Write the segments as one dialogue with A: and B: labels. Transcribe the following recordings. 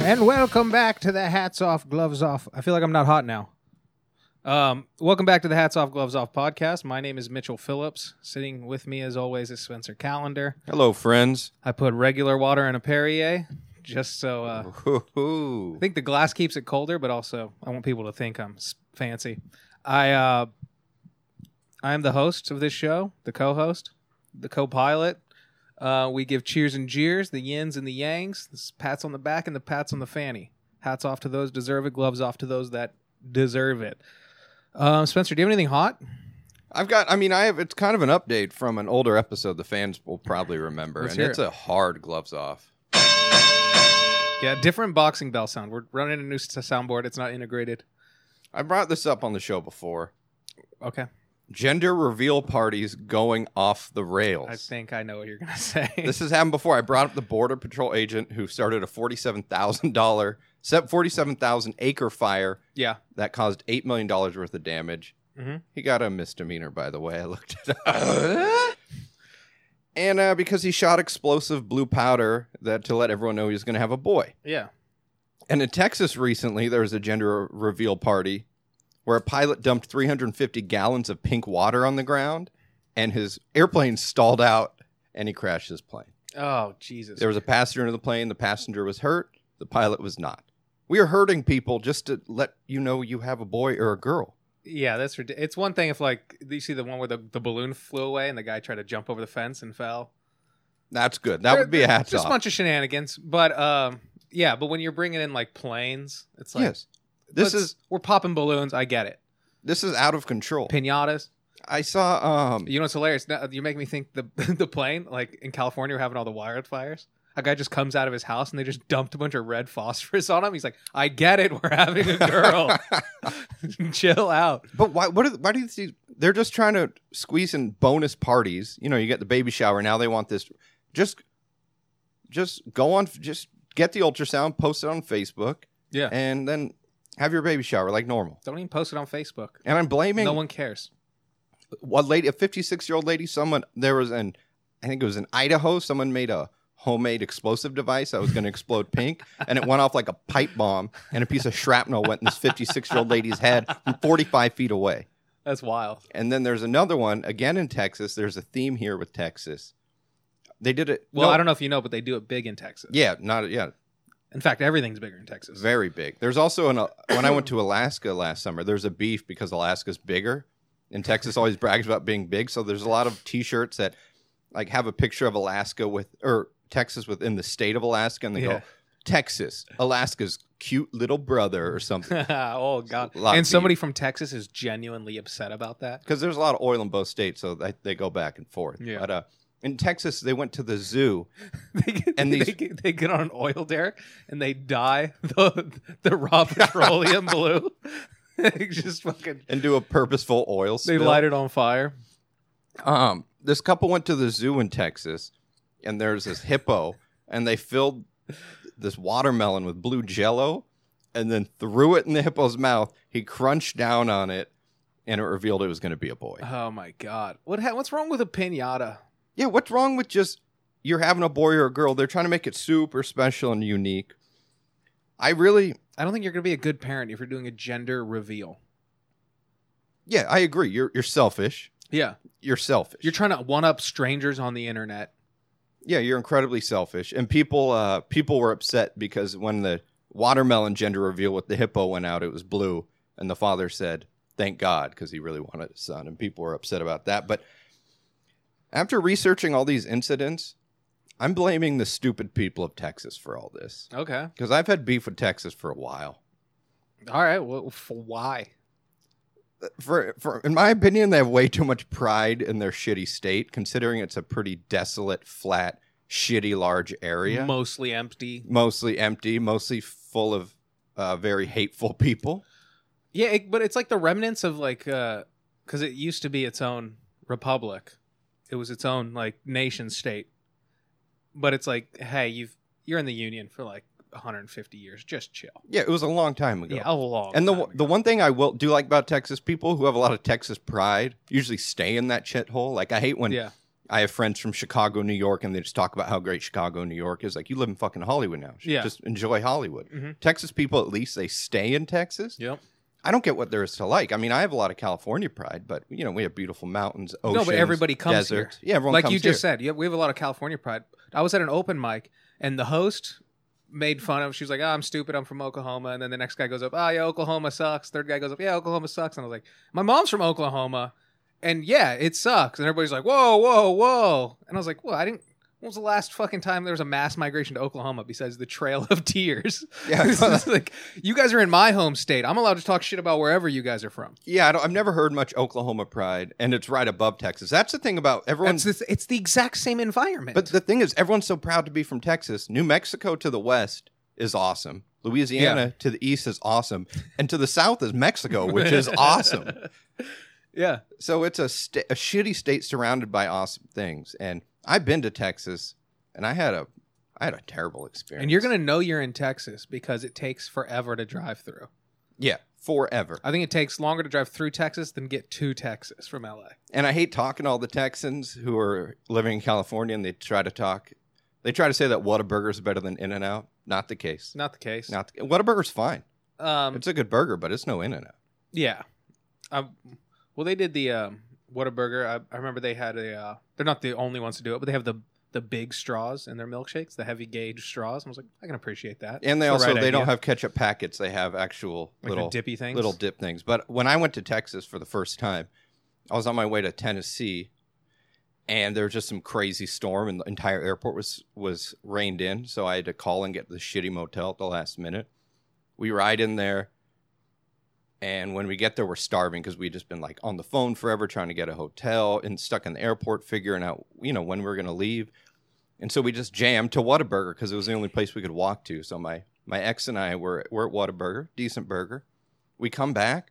A: And welcome back to the Hats Off, Gloves Off. I feel like I'm not hot now. Um, welcome back to the Hats Off, Gloves Off podcast. My name is Mitchell Phillips. Sitting with me, as always, is Spencer Calendar.
B: Hello, friends.
A: I put regular water in a Perrier just so uh, I
B: Ooh.
A: think the glass keeps it colder, but also I want people to think I'm s- fancy. I uh, I am the host of this show, the co-host, the co-pilot. Uh, we give cheers and jeers, the yins and the yangs, the pats on the back and the pats on the fanny. Hats off to those deserve it, gloves off to those that deserve it. Um, Spencer, do you have anything hot?
B: I've got. I mean, I have. It's kind of an update from an older episode. The fans will probably remember,
A: Let's
B: and
A: hear
B: it's
A: it.
B: a hard gloves off.
A: Yeah, different boxing bell sound. We're running a new s- soundboard. It's not integrated.
B: I brought this up on the show before.
A: Okay,
B: Gender reveal parties going off the rails.
A: I think I know what you're gonna say.
B: This has happened before. I brought up the border patrol agent who started a forty-seven thousand dollar, forty-seven thousand acre fire
A: yeah,
B: that caused eight million dollars worth of damage.
A: Mhm.
B: He got a misdemeanor, by the way. I looked it up. and uh, because he shot explosive blue powder that to let everyone know he was going to have a boy.
A: yeah.
B: And in Texas recently, there was a gender reveal party where a pilot dumped 350 gallons of pink water on the ground, and his airplane stalled out, and he crashed his plane.
A: Oh Jesus!
B: There was a passenger in the plane. The passenger was hurt. The pilot was not. We are hurting people just to let you know you have a boy or a girl.
A: Yeah, that's ridiculous. It's one thing if like you see the one where the, the balloon flew away and the guy tried to jump over the fence and fell.
B: That's good. That would be a hats
A: Just
B: off.
A: a bunch of shenanigans, but um, yeah. But when you're bringing in like planes, it's like
B: yes, this
A: let's-
B: is
A: we're popping balloons. I get it.
B: this is out of control.
A: Pinatas.
B: I saw. Um,
A: You know what's hilarious? Now, you make me think the the plane like in California we're having all the wildfires. A guy just comes out of his house and they just dumped a bunch of red phosphorus on him. He's like, "I get it. We're having a girl. Chill out."
B: but why? What? Are, why do you see? They're just trying to squeeze in bonus parties. You know, you get the baby shower. Now they want this. Just, just go on. Just get the ultrasound. Post it on Facebook.
A: Yeah.
B: and then have your baby shower like normal.
A: Don't even post it on Facebook.
B: And I'm blaming
A: No one cares.
B: one lady, a 56 year old lady, someone there was an, I think it was in Idaho, someone made a homemade explosive device that was going to explode pink, and it went off like a pipe bomb, and a piece of shrapnel went in this 56 year old lady's head from 45 feet away.
A: That's wild.
B: And then there's another one again in Texas. There's a theme here with Texas. They did it.
A: Well, I don't know if you know, but they do it big in Texas.
B: Yeah, not yeah,
A: In fact, everything's bigger in Texas.
B: very big. There's also an uh, when I went to Alaska last summer. There's a beef because Alaska's bigger, and Texas always brags about being big. So there's a lot of T-shirts that like have a picture of Alaska with or Texas within the state of Alaska, and they
A: Yeah.
B: go Texas, Alaska's cute little brother or something.
A: oh god.
B: A lot
A: And
B: of
A: somebody from Texas is genuinely upset about that.
B: Because there's a lot of oil in both states, so they, they go back and forth.
A: Yeah.
B: But uh, in Texas, they went to the zoo.
A: they, get,
B: And
A: they,
B: these-
A: get, they get on an oil derrick and they dye the the raw petroleum blue. They just fucking
B: And do a purposeful oil
A: they
B: spill.
A: light it on fire.
B: um, this couple went to the zoo in Texas, and there's this hippo, and they filled this watermelon with blue jello, and then threw it in the hippo's mouth. He crunched down on it, and it revealed it was going to be a boy.
A: Oh my god. What ha- what's wrong with a piñata?
B: Yeah, what's wrong with just you're having a boy or a girl? They're trying to make it super special and unique. I really,
A: I don't think you're going to be a good parent if you're doing a gender reveal.
B: yeah, I agree. You're you're selfish.
A: Yeah.
B: You're selfish.
A: You're trying to one up strangers on the internet.
B: Yeah, you're incredibly selfish. And people uh people were upset because when the watermelon gender reveal with the hippo went out, it was blue and the father said, "Thank God" because he really wanted a son and people were upset about that. But after researching all these incidents, I'm blaming the stupid people of Texas for all this
A: Okay.
B: because I've had beef with Texas for a while.
A: All right. Well, f- why?
B: For, for in my opinion, they have way too much pride in their shitty state, considering it's a pretty desolate, flat, shitty, large area.
A: Mostly empty.
B: mostly empty, mostly full of uh, very hateful people.
A: Yeah, it, but it's like the remnants of like because it used to be its own republic. It was its own like nation state. But it's like, hey, you've you're in the union for like 150 years. Just chill.
B: Yeah, it was a long time ago.
A: Yeah, a long.
B: and the
A: time ago.
B: the one thing I will do like about Texas people who have a lot of Texas pride usually stay in that shithole. Like I hate when
A: yeah,
B: I have friends from Chicago, New York, and they just talk about how great Chicago, New York is. Like, you live in fucking Hollywood now.
A: Yeah.
B: Just enjoy Hollywood.
A: Mhm.
B: Texas people, at least, they stay in Texas.
A: Yep.
B: I don't get what there is to like. I mean, I have a lot of California pride, but, you know, we have beautiful mountains, oceans.
A: no, but everybody comes here.
B: deserts. Yeah, everyone
A: like
B: comes
A: you
B: here.
A: just said, yeah, we have a lot of California pride. I was at an open mic, and the host made fun of. She was like, "Oh, I'm stupid. I'm from Oklahoma." And then the next guy goes up, "Oh, yeah, Oklahoma sucks." Third guy goes up, "Yeah, Oklahoma sucks." And I was like, "My mom's from Oklahoma, and yeah, it sucks." And everybody's like, "Whoa, whoa, whoa!" And I was like, "Well, I didn't." When was the last fucking time there was a mass migration to Oklahoma besides the Trail of Tears?
B: Yeah.
A: It's just like you guys are in my home state. I'm allowed to talk shit about wherever you guys are from.
B: Yeah, I don't, I've never heard much Oklahoma pride, and it's right above Texas. That's the thing about everyone.
A: That's the, it's the exact same environment.
B: But the thing is, everyone's so proud to be from Texas. New Mexico to the west is awesome. Louisiana to the east is awesome, and to the south is Mexico, which is awesome.
A: yeah,
B: So it's a, sta a shitty state surrounded by awesome things. And I've been to Texas, and I had a I had a terrible experience.
A: And you're going to know you're in Texas because it takes forever to drive through.
B: yeah forever.
A: I think it takes longer to drive through Texas than get to Texas from LA.
B: And I hate talking to all the Texans who are living in California, and they try to talk. They try to say that Whataburger is better than In and Out. Not the case.
A: It's not the case.
B: Not the, Whataburger's fine.
A: Um,
B: It's a good burger, but it's no In and Out.
A: yeah. Um, well, they did the um, Whataburger. I, I remember they had a. Uh, they're not the only ones to do it, but they have the the big straws in their milkshakes, the heavy gauge straws. I was like, I can appreciate that.
B: And
A: It's the
B: they also
A: right
B: they
A: idea.
B: don't have ketchup packets. They have actual
A: like
B: little
A: the dippy things.
B: little dip things. But when I went to Texas for the first time, I was on my way to Tennessee, and there was just some crazy storm, and the entire airport was was rained in. So I had to call and get the shitty motel at the last minute. We ride in there, and when we get there, we're starving because we just been like on the phone forever trying to get a hotel and stuck in the airport figuring out you know when we are gonna leave. And so we just jammed to Whataburger because it was the only place we could walk to. So my my ex and I were were at Whataburger, decent burger. We come back,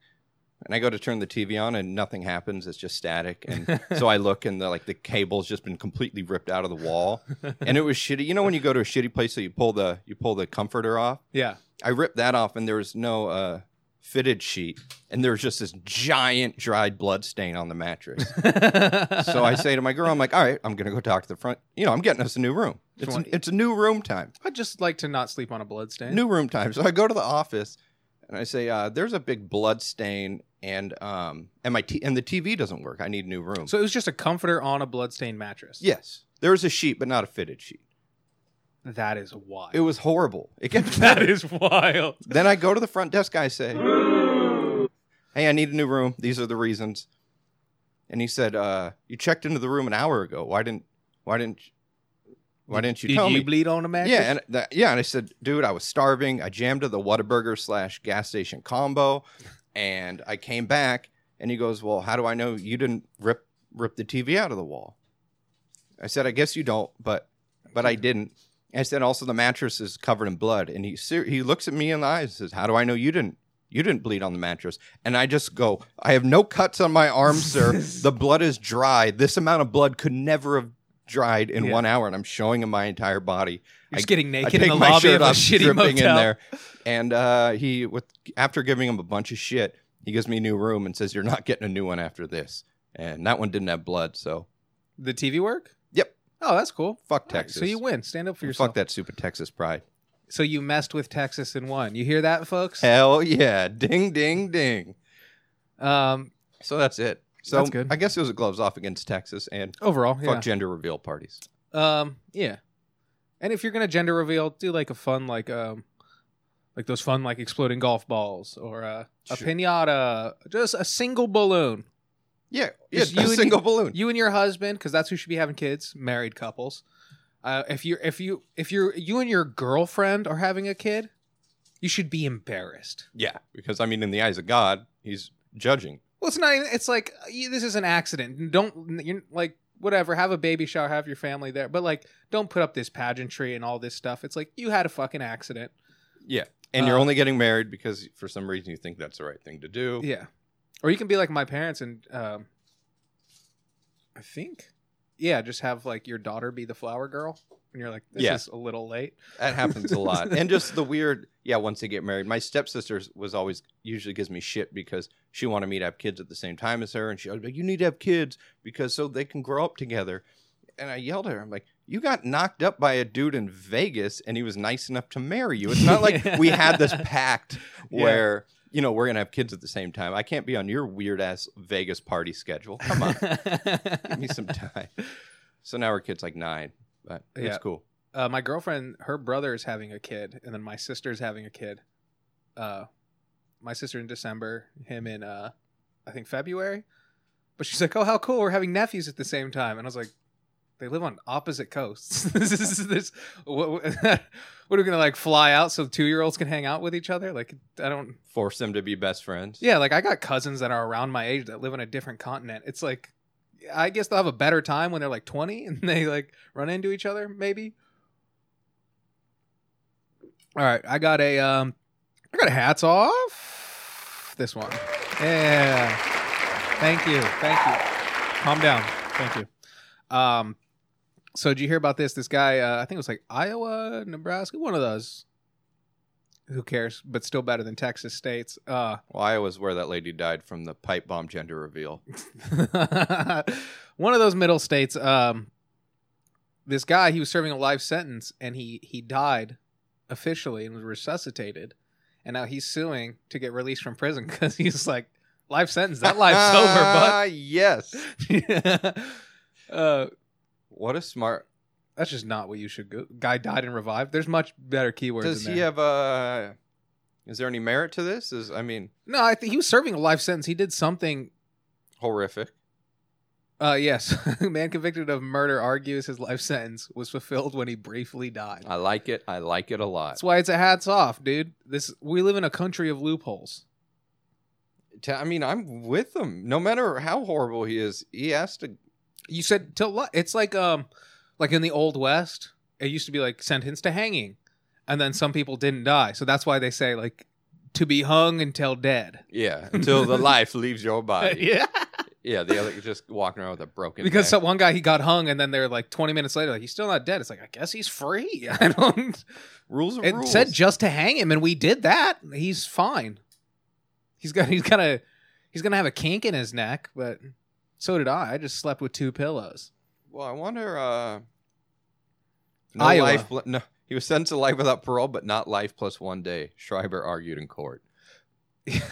B: and I go to turn the TV on, and nothing happens. It's just static. And so I look, and the like the cable's just been completely ripped out of the wall, and it was shitty. You know when you go to a shitty place, so you pull the you pull the comforter off.
A: Yeah.
B: I ripped that off, and there was no uh, fitted sheet, and there was just this giant dried blood stain on the mattress so I say to my girl, I'm like, all right, I'm gonna go talk to the front. You know, I'm getting us a new room. It's
A: Sure.
B: it's a new room time.
A: I'd just like to not sleep on a bloodstain.
B: New room time. So I go to the office and I say, uh, there's a big blood stain and um and my t- and the TV doesn't work. I need a new room.
A: So it was just a comforter on a bloodstained mattress.
B: yes, there was a sheet, but not a fitted sheet.
A: That is wild.
B: It was horrible. It gets
A: that is wild.
B: then I go to the front desk guy. I say, hey, I need a new room. These are the reasons. And he said, uh, you checked into the room an hour ago. Why didn't why didn't why didn't you
A: Did
B: tell
A: you
B: me?
A: bleed on a mattress?
B: Yeah, and that, yeah, and I said, dude, I was starving. I jammed to the Whataburger slash gas station combo, and I came back. And he goes, well, how do I know you didn't rip rip the TV out of the wall? I said, I guess you don't, but but I didn't. And I said, also the mattress is covered in blood. And he ser- he looks at me in the eyes and says, how do I know you didn't? You didn't bleed on the mattress. And I just go, I have no cuts on my arm, sir. The blood is dry. This amount of blood could never have dried in
A: Yeah.
B: one hour. And I'm showing him my entire body.
A: You're just
B: I-
A: getting
B: I
A: naked
B: take
A: in the
B: my
A: lobby
B: shirt
A: of a
B: off,
A: shitty
B: dripping
A: motel.
B: in there, and uh, he with after giving him a bunch of shit, he gives me a new room and says, "You're not getting a new one after this." And that one didn't have blood, so
A: The TV work?
B: Yep.
A: Oh, that's cool.
B: fuck
A: All right,
B: Texas.
A: so you win. Stand up for yourself.
B: fuck that stupid Texas pride.
A: So you messed with Texas and won. You hear that, folks?
B: Hell yeah, ding ding ding.
A: Um,
B: So that's it. So
A: That's good.
B: I guess it was a gloves off against Texas and
A: overall,
B: fuck
A: yeah.
B: gender reveal parties.
A: um, yeah. And if you're gonna gender reveal, do like a fun like um, like those fun like exploding golf balls or uh, a
B: Sure.
A: pinata, just a single balloon.
B: Yeah, yeah,
A: Just
B: a
A: you and-
B: single balloon.
A: you and your husband because that's who should be having kids married couples uh, if you if you if you you and your girlfriend are having a kid you should be embarrassed
B: yeah, because I mean, in the eyes of God, he's judging.
A: well it's not even it's like uh, you- this is an accident don't you're like whatever have a baby shower have your family there but like don't put up this pageantry and all this stuff it's like you had a fucking accident
B: And you're
A: Uh,
B: only getting married because for some reason you think that's the right thing to do.
A: yeah or you can be like my parents and um i think yeah just have like your daughter be the flower girl and you're like this
B: Yeah.
A: is a little late
B: That happens a lot. And just the weird, yeah, once they get married. My stepsister was always, usually gives me shit because she wanted me to have kids at the same time as her. And she was like, you need to have kids because so they can grow up together. and I yelled at her. I'm like, "You got knocked up by a dude in Vegas, and he was nice enough to marry you. It's not like we had this pact
A: Yeah.
B: where you know we're gonna have kids at the same time. I can't be on your weird ass Vegas party schedule. Come on, give me some time." So now her kid's like nine, but
A: Yeah.
B: it's cool.
A: uh, my girlfriend, her brother is having a kid, and then my sister's having a kid. Uh, my sister in December, him in uh, I think February. But she's like, "Oh, how cool! We're having nephews at the same time." And I was like, "They live on opposite coasts. this is this. What, what what are we gonna like fly out so two year olds can hang out with each other? Like, I don't.
B: Force them to be best friends.
A: Yeah, like I got cousins that are around my age that live on a different continent. It's like I guess they'll have a better time when they're like 20 and they like run into each other maybe. All right, I got a um I got a hats off this one. Yeah. Thank you. Thank you. Calm down. Thank you. Um so did you hear about this this guy uh, I think it was like Iowa, Nebraska, one of those who cares, but still better than Texas states. Uh
B: Well, Iowa's where that lady died from the pipe bomb gender reveal.
A: one of those middle states um this guy he was serving a life sentence and he he died officially and was resuscitated and now he's suing to get released from prison because he's like life sentence that life's
B: Ah, yes.
A: over bud uh
B: What a smart
A: that's just not what you should go guy died and revived there's much better keywords
B: Does
A: in
B: he
A: there
B: have a? Is there any merit to this? Is I mean,
A: no i think he was serving a life sentence he did something
B: horrific.
A: uh yes man convicted of murder argues his life sentence was fulfilled when he briefly died
B: I like it. I like it a lot.
A: That's why it's a hats off, dude. This we live in a country of loopholes.
B: Ta- I mean, I'm with him. No matter how horrible he is, he has to.
A: You said till li- it's like um like in the old west, it used to be like sentenced to hanging, and then some people didn't die, so that's why they say like to be hung until dead.
B: Yeah, until the life leaves your body.
A: yeah,
B: Uh, Yeah, the other just walking around with a broken.
A: because
B: neck.
A: some, one guy he got hung, and then they're like twenty minutes later, like he's still not dead. It's like I guess he's free. I don't.
B: rules are
A: It
B: rules.
A: said just to hang him, and we did that. He's fine. He's got he's got a he's gonna have a kink in his neck, but so did I. I just slept with two pillows.
B: well, I wonder. Uh, no
A: Iowa.
B: life. pl- No, he was sentenced to life without parole, but not life plus one day. Schreiber argued in court.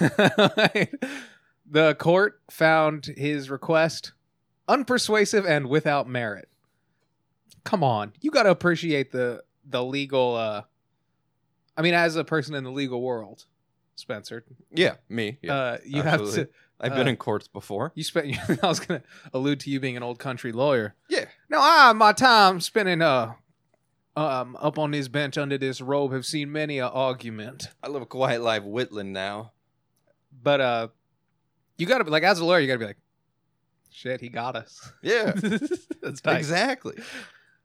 A: the court found his request unpersuasive and without merit. Come on, you got to appreciate the the legal. uh I mean, as a person in the legal world, Spencer,
B: Yeah, me. Yeah,
A: uh, you
B: absolutely.
A: have to.
B: I've been
A: uh,
B: in courts before.
A: You spent. I was gonna allude to you being an old country lawyer.
B: Yeah,
A: No, I my time spending uh um up on this bench under this robe have seen many a argument.
B: I live a quiet life, Whitland now.
A: But uh you gotta be like as a lawyer you gotta be like shit, he got us.
B: Yeah.
A: That's tight.
B: Exactly.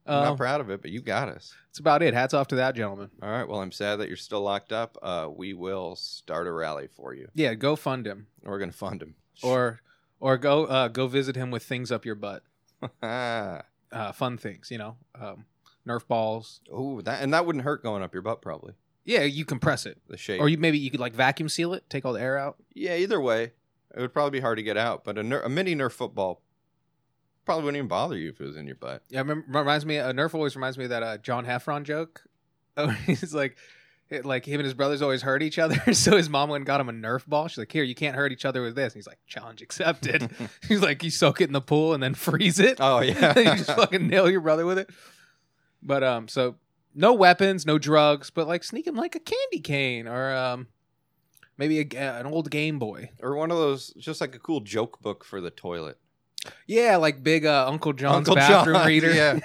B: I'm
A: Um,
B: not proud of it, but you got us.
A: that's about it. Hats off to that gentleman.
B: All right. Well, I'm sad that you're still locked up. Uh, we will start a rally for you.
A: Yeah, go fund him.
B: We're going to fund him.
A: Or or go uh go visit him with things up your butt.
B: oh,
A: Uh fun things, you know. Um Nerf balls.
B: that and that wouldn't hurt going up your butt probably.
A: Yeah, you compress it.
B: The shape.
A: Or you maybe you could like vacuum seal it, take all the air out.
B: yeah. Either way, it would probably be hard to get out. But a, ner- a mini Nerf football probably wouldn't even bother you if it was in your butt.
A: Yeah, remem- reminds me. Uh, Nerf always reminds me of that uh, John Heffron joke. Oh, he's like, it, like him and his brothers always hurt each other. So his mom went and got him a Nerf ball. She's like, "Here, you can't hurt each other with this." And he's like, "Challenge accepted." he's like, "You soak it in the pool and then freeze it.
B: Oh
A: you just
B: yeah.
A: fucking nail your brother with it." But um, so no weapons, no drugs, but like sneak him like a candy cane or um, maybe a, ga- an old Game Boy.
B: or one of those, just like a cool joke book for the toilet.
A: Yeah, like big uh, Uncle John's
B: Uncle
A: bathroom
B: John,
A: reader.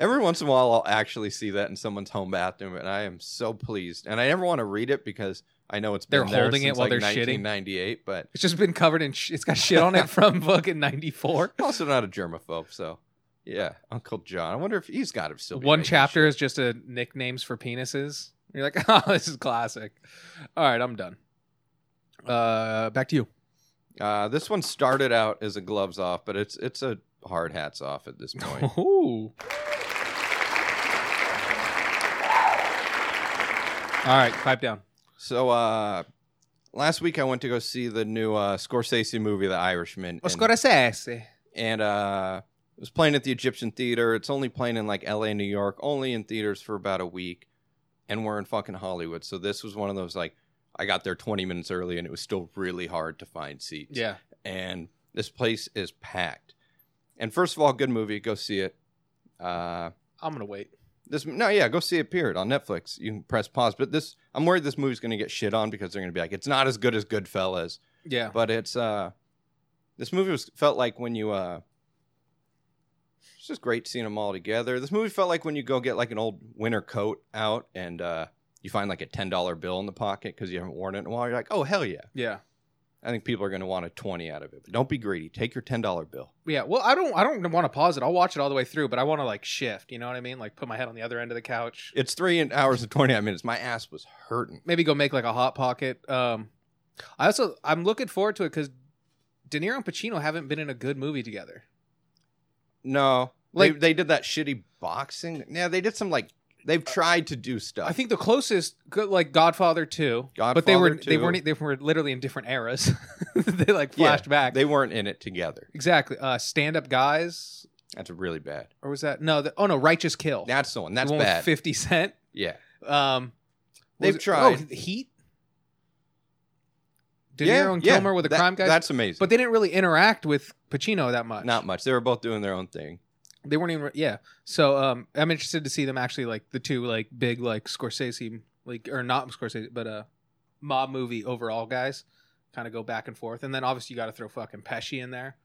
B: Every once in a while, I'll actually see that in someone's home bathroom, and I am so pleased. And I never want to read it because I know it's been
A: They're
B: there
A: holding it
B: since,
A: while
B: like
A: they're shitting.
B: 1998, but
A: It's just been covered in. Sh- it's got shit on it from fucking '94.
B: I'm also not a germaphobe, so yeah, Uncle John. I wonder if he's got it still. be
A: One
B: making
A: chapter is just a nicknames for penises. You're like, oh, this is classic. All right, I'm done. Uh, back to you.
B: shit. Uh, this one started out as a gloves off, but it's it's a hard hats off at this point.
A: Ooh. All right, pipe down.
B: so uh, last week I went to go
A: Oh,
B: see the new uh, Scorsese movie, The Irishman. and-
A: Oscarasese.
B: and uh It was playing at the Egyptian Theater. It's only playing in like LA, New York, only in theaters for about a week. And we're in fucking Hollywood. So this was one of those like, I got there 20 minutes early and it was still really hard to find seats.
A: Yeah.
B: And this place is packed. And first of all, good movie. Go see it. Uh,
A: I'm gonna wait.
B: this no, yeah, go see it. Period on Netflix. You can press pause. But this, I'm worried this movie's going to get shit on because they're going to be like, it's not as good as Goodfellas
A: Yeah.
B: but it's uh this movie was felt like when you uh it's just great seeing them all together this movie felt like when you go get like an old winter coat out and uh you find like a ten dollar bill in the pocket because you haven't worn it in a while you're like oh hell yeah
A: Yeah.
B: i think people are going to want a 20 out of it but don't be greedy take your ten dollar bill
A: Yeah. Well, I don't. I don't want to pause it. I'll watch it all the way through, but I want to like shift. You know what I mean? Like put my head on the other end of the couch.
B: it's three and- hours and 29 minutes my ass was hurting
A: Maybe go make like a hot pocket. Um, I also I'm looking forward to it because De Niro and Pacino haven't been in a good movie together.
B: no
A: Like-
B: they, they did that shitty boxing yeah they did some like they've tried to do stuff
A: Uh, I think the closest, go- like Godfather two, but they were
B: Godfather
A: they
B: 2.
A: weren't they were literally in different eras. they like
B: Yeah,
A: flashed back.
B: they weren't in it together
A: exactly. Uh, Stand up guys,
B: that's really bad
A: or was that no? The, oh no, Righteous Kill.
B: that's the one that's
A: the one with
B: bad
A: Fifty Cent.
B: yeah
A: Um, what
B: They've
A: was it-
B: tried.
A: Oh, Heat. De Niro and Kilmer were the
B: that-
A: crime guys,
B: That's amazing.
A: but they didn't really interact with Pacino that much.
B: not much. They were both doing their own thing.
A: they weren't even. Yeah, so um, I'm interested to see them actually like the two like big like Scorsese like or not Scorsese but uh mob movie overall guys kind of go back and forth, and then obviously you got to throw fucking Pesci in there.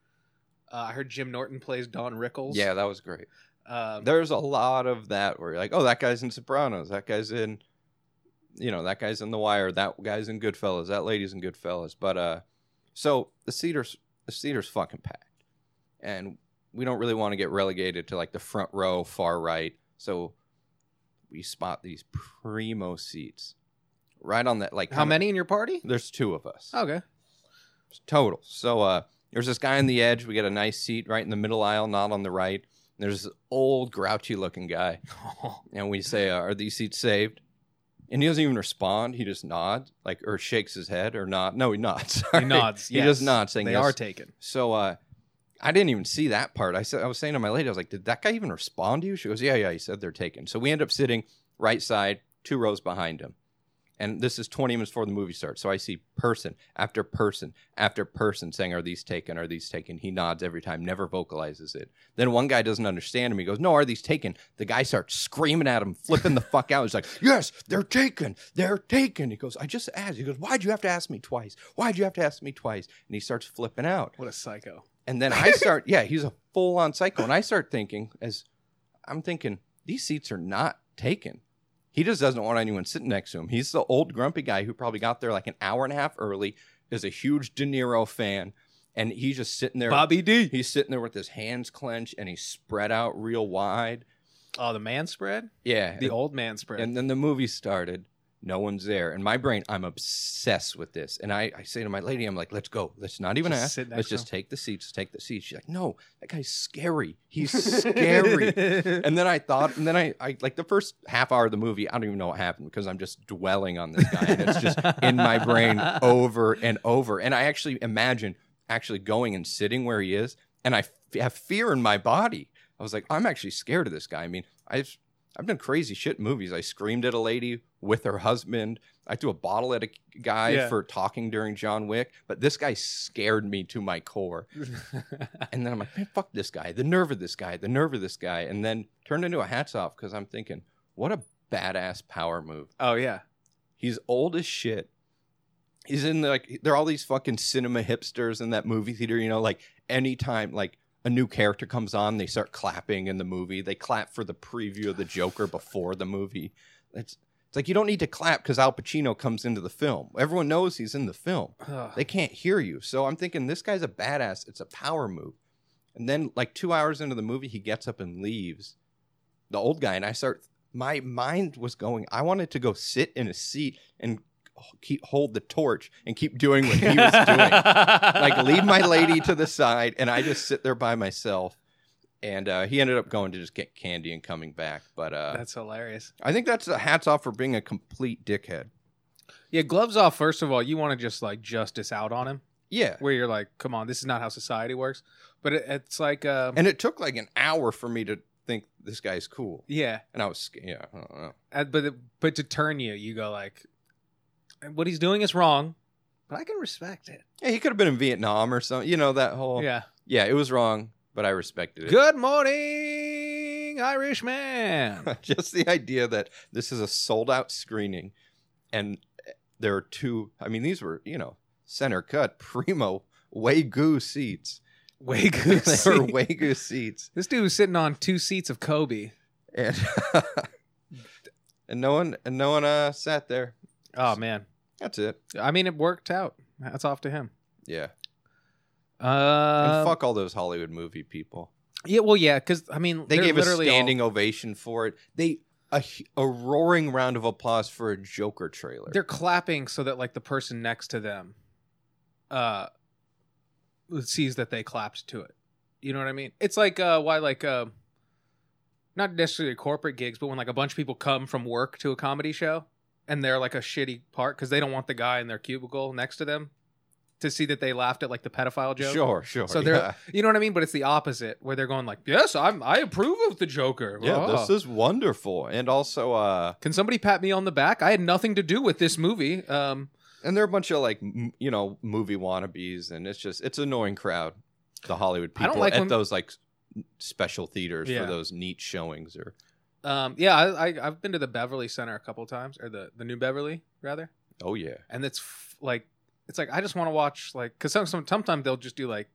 A: Uh, I heard Jim Norton plays Don Rickles.
B: Yeah, that was great.
A: um,
B: There's a lot of that where you're like, oh, that guy's in Sopranos. That guy's in, you know, that guy's in The Wire. That guy's in Goodfellas. That lady's in Goodfellas. But uh, so the Cedars, the Cedars fucking packed, and we don't really want to get relegated to like the front row, far right. So we spot these primo seats, right on that. Like
A: how
B: kinda-
A: many Oh. in your party?
B: There's two of us.
A: Okay.
B: total. So uh, there's this guy on the edge. We get a nice seat right in the middle aisle, not on the right. And there's this old grouchy looking guy, and we say, uh, "Are these seats saved?" And he doesn't even respond. He just nods, like or shakes his head or nod. No, he nods.
A: He
B: Sorry.
A: nods.
B: He
A: yes.
B: just nods, saying
A: They
B: yes.
A: are taken.
B: So uh, I didn't even see that part. I said I was saying to my lady, I was like, "Did that guy even respond to you?" She goes, "Yeah, yeah." He said they're taken. So we end up sitting right side, two rows behind him. And this is 20 minutes before the movie starts. So I see person after person after person saying, Are these taken? Are these taken? He nods every time, never vocalizes it. Then one guy doesn't understand him. He goes, No, are these taken? The guy starts screaming at him, flipping the fuck out. He's like, Yes, they're taken. They're taken. He goes, I just asked. He goes, Why'd you have to ask me twice? Why'd you have to ask me twice? And he starts flipping out.
A: What a psycho.
B: And then I start, yeah, he's a full on psycho. And I start thinking, as I'm thinking, these seats are not taken. He just doesn't want anyone sitting next to him. He's the old grumpy guy who probably got there like an hour and a half early, is a huge De Niro fan. And he's just sitting there.
A: Bobby D.
B: He's sitting there with his hands clenched and he's spread out real wide.
A: Oh, the man spread?
B: Yeah.
A: The old man spread.
B: And then the movie started. No one's there. And my brain, I'm obsessed with this. And I, I say to my lady, I'm like, let's go. Let's not even
A: Just
B: ask.
A: sit next
B: Let's
A: to
B: just take the seats. Take the seats. She's like, no, that guy's scary. He's scary. And then I thought, and then I, I, like the first half hour of the movie, I don't even know what happened because I'm just dwelling on this guy. And it's just in my brain Oh. over and over. And I actually imagine actually going and sitting where he is. And I f- have fear in my body. I was like, I'm actually scared of this guy. I mean, I've, I've done crazy shit in movies. I screamed at a lady with her husband. I threw a bottle at a guy
A: Yeah.
B: for talking during John Wick. But this guy scared me to my core. And then I'm like, man, fuck this guy, the nerve of this guy, the nerve of this guy. And then turned into a hats off because I'm thinking, what a badass power move.
A: oh, yeah.
B: He's old as shit. He's in like, there are all these fucking cinema hipsters in that movie theater, you know, like anytime, like, a new character comes on, they start clapping in the movie. They clap for the preview of the Joker before the movie. It's, it's like you don't need to clap because Al Pacino comes into the film. Everyone knows he's in the film
A: Ugh.
B: they can't hear you. So I'm thinking this guy's a badass. It's a power move. And then like two hours into the movie, he gets up and leaves. The old guy and I start. My mind was going. I wanted to go sit in a seat and keep hold the torch and keep doing what he was doing like leave my lady to the side and i just sit there by myself and uh, he ended up going to just get candy and coming back but uh,
A: That's hilarious.
B: i think that's a hats off for being a complete dickhead
A: Yeah, gloves off, first of all, you want to just like justice out on him.
B: Yeah.
A: where you're like, come on, this is not how society works. But it, it's like, uh,
B: And it took like an hour for me to think this guy's cool.
A: yeah,
B: And I was, sc- yeah, I don't know.
A: Uh, but but to turn you, you go like, what he's doing is wrong, but I can respect it.
B: Yeah, he could have been in Vietnam or something. You know, that whole.
A: yeah.
B: Yeah, it was wrong, but I respected it.
A: Good morning, Irishman.
B: Just the idea that this is a sold out screening and there are two, I mean, these were, you know, center cut, primo, Wagyu seats.
A: Way
B: they
A: good.
B: were
A: seat.
B: Wagyu seats.
A: This dude was sitting on two seats of Kobe.
B: And. And no one, and no one uh, sat there.
A: Oh man,
B: That's it.
A: I mean, it worked out. That's off to him.
B: Yeah, and
A: Uh,
B: fuck all those Hollywood movie people.
A: yeah, well, yeah, because I mean,
B: They
A: they're
B: gave a
A: literally all-
B: standing ovation for it. They a, hu- a roaring round of applause for a Joker trailer.
A: they're clapping so that like the person next to them, uh, sees that they clapped to it. You know what I mean? It's like uh, why like uh, not necessarily corporate gigs, but when like a bunch of people come from work to a comedy show and they're like a shitty part because they don't want the guy in their cubicle next to them to see that they laughed at like the pedophile joke.
B: Sure, sure.
A: So they're- You know what I mean? But it's the opposite where they're going like, "Yes, I'm I approve of the Joker."
B: yeah,
A: Oh.
B: this is wonderful, and also uh,
A: Can somebody pat me on the back? I had nothing to do with this movie. Um,
B: and there are a bunch of like m- you know movie wannabes, and it's just it's an annoying crowd. The Hollywood
A: I don't
B: people
A: like
B: at
A: when-
B: those like s- special theaters
A: Yeah.
B: for those neat showings, or
A: um, yeah, I, I, I've been to the Beverly Center a couple times, or the the New Beverly rather,
B: oh yeah,
A: and it's f- like it's like I just want to watch like because some, some sometimes they'll just do like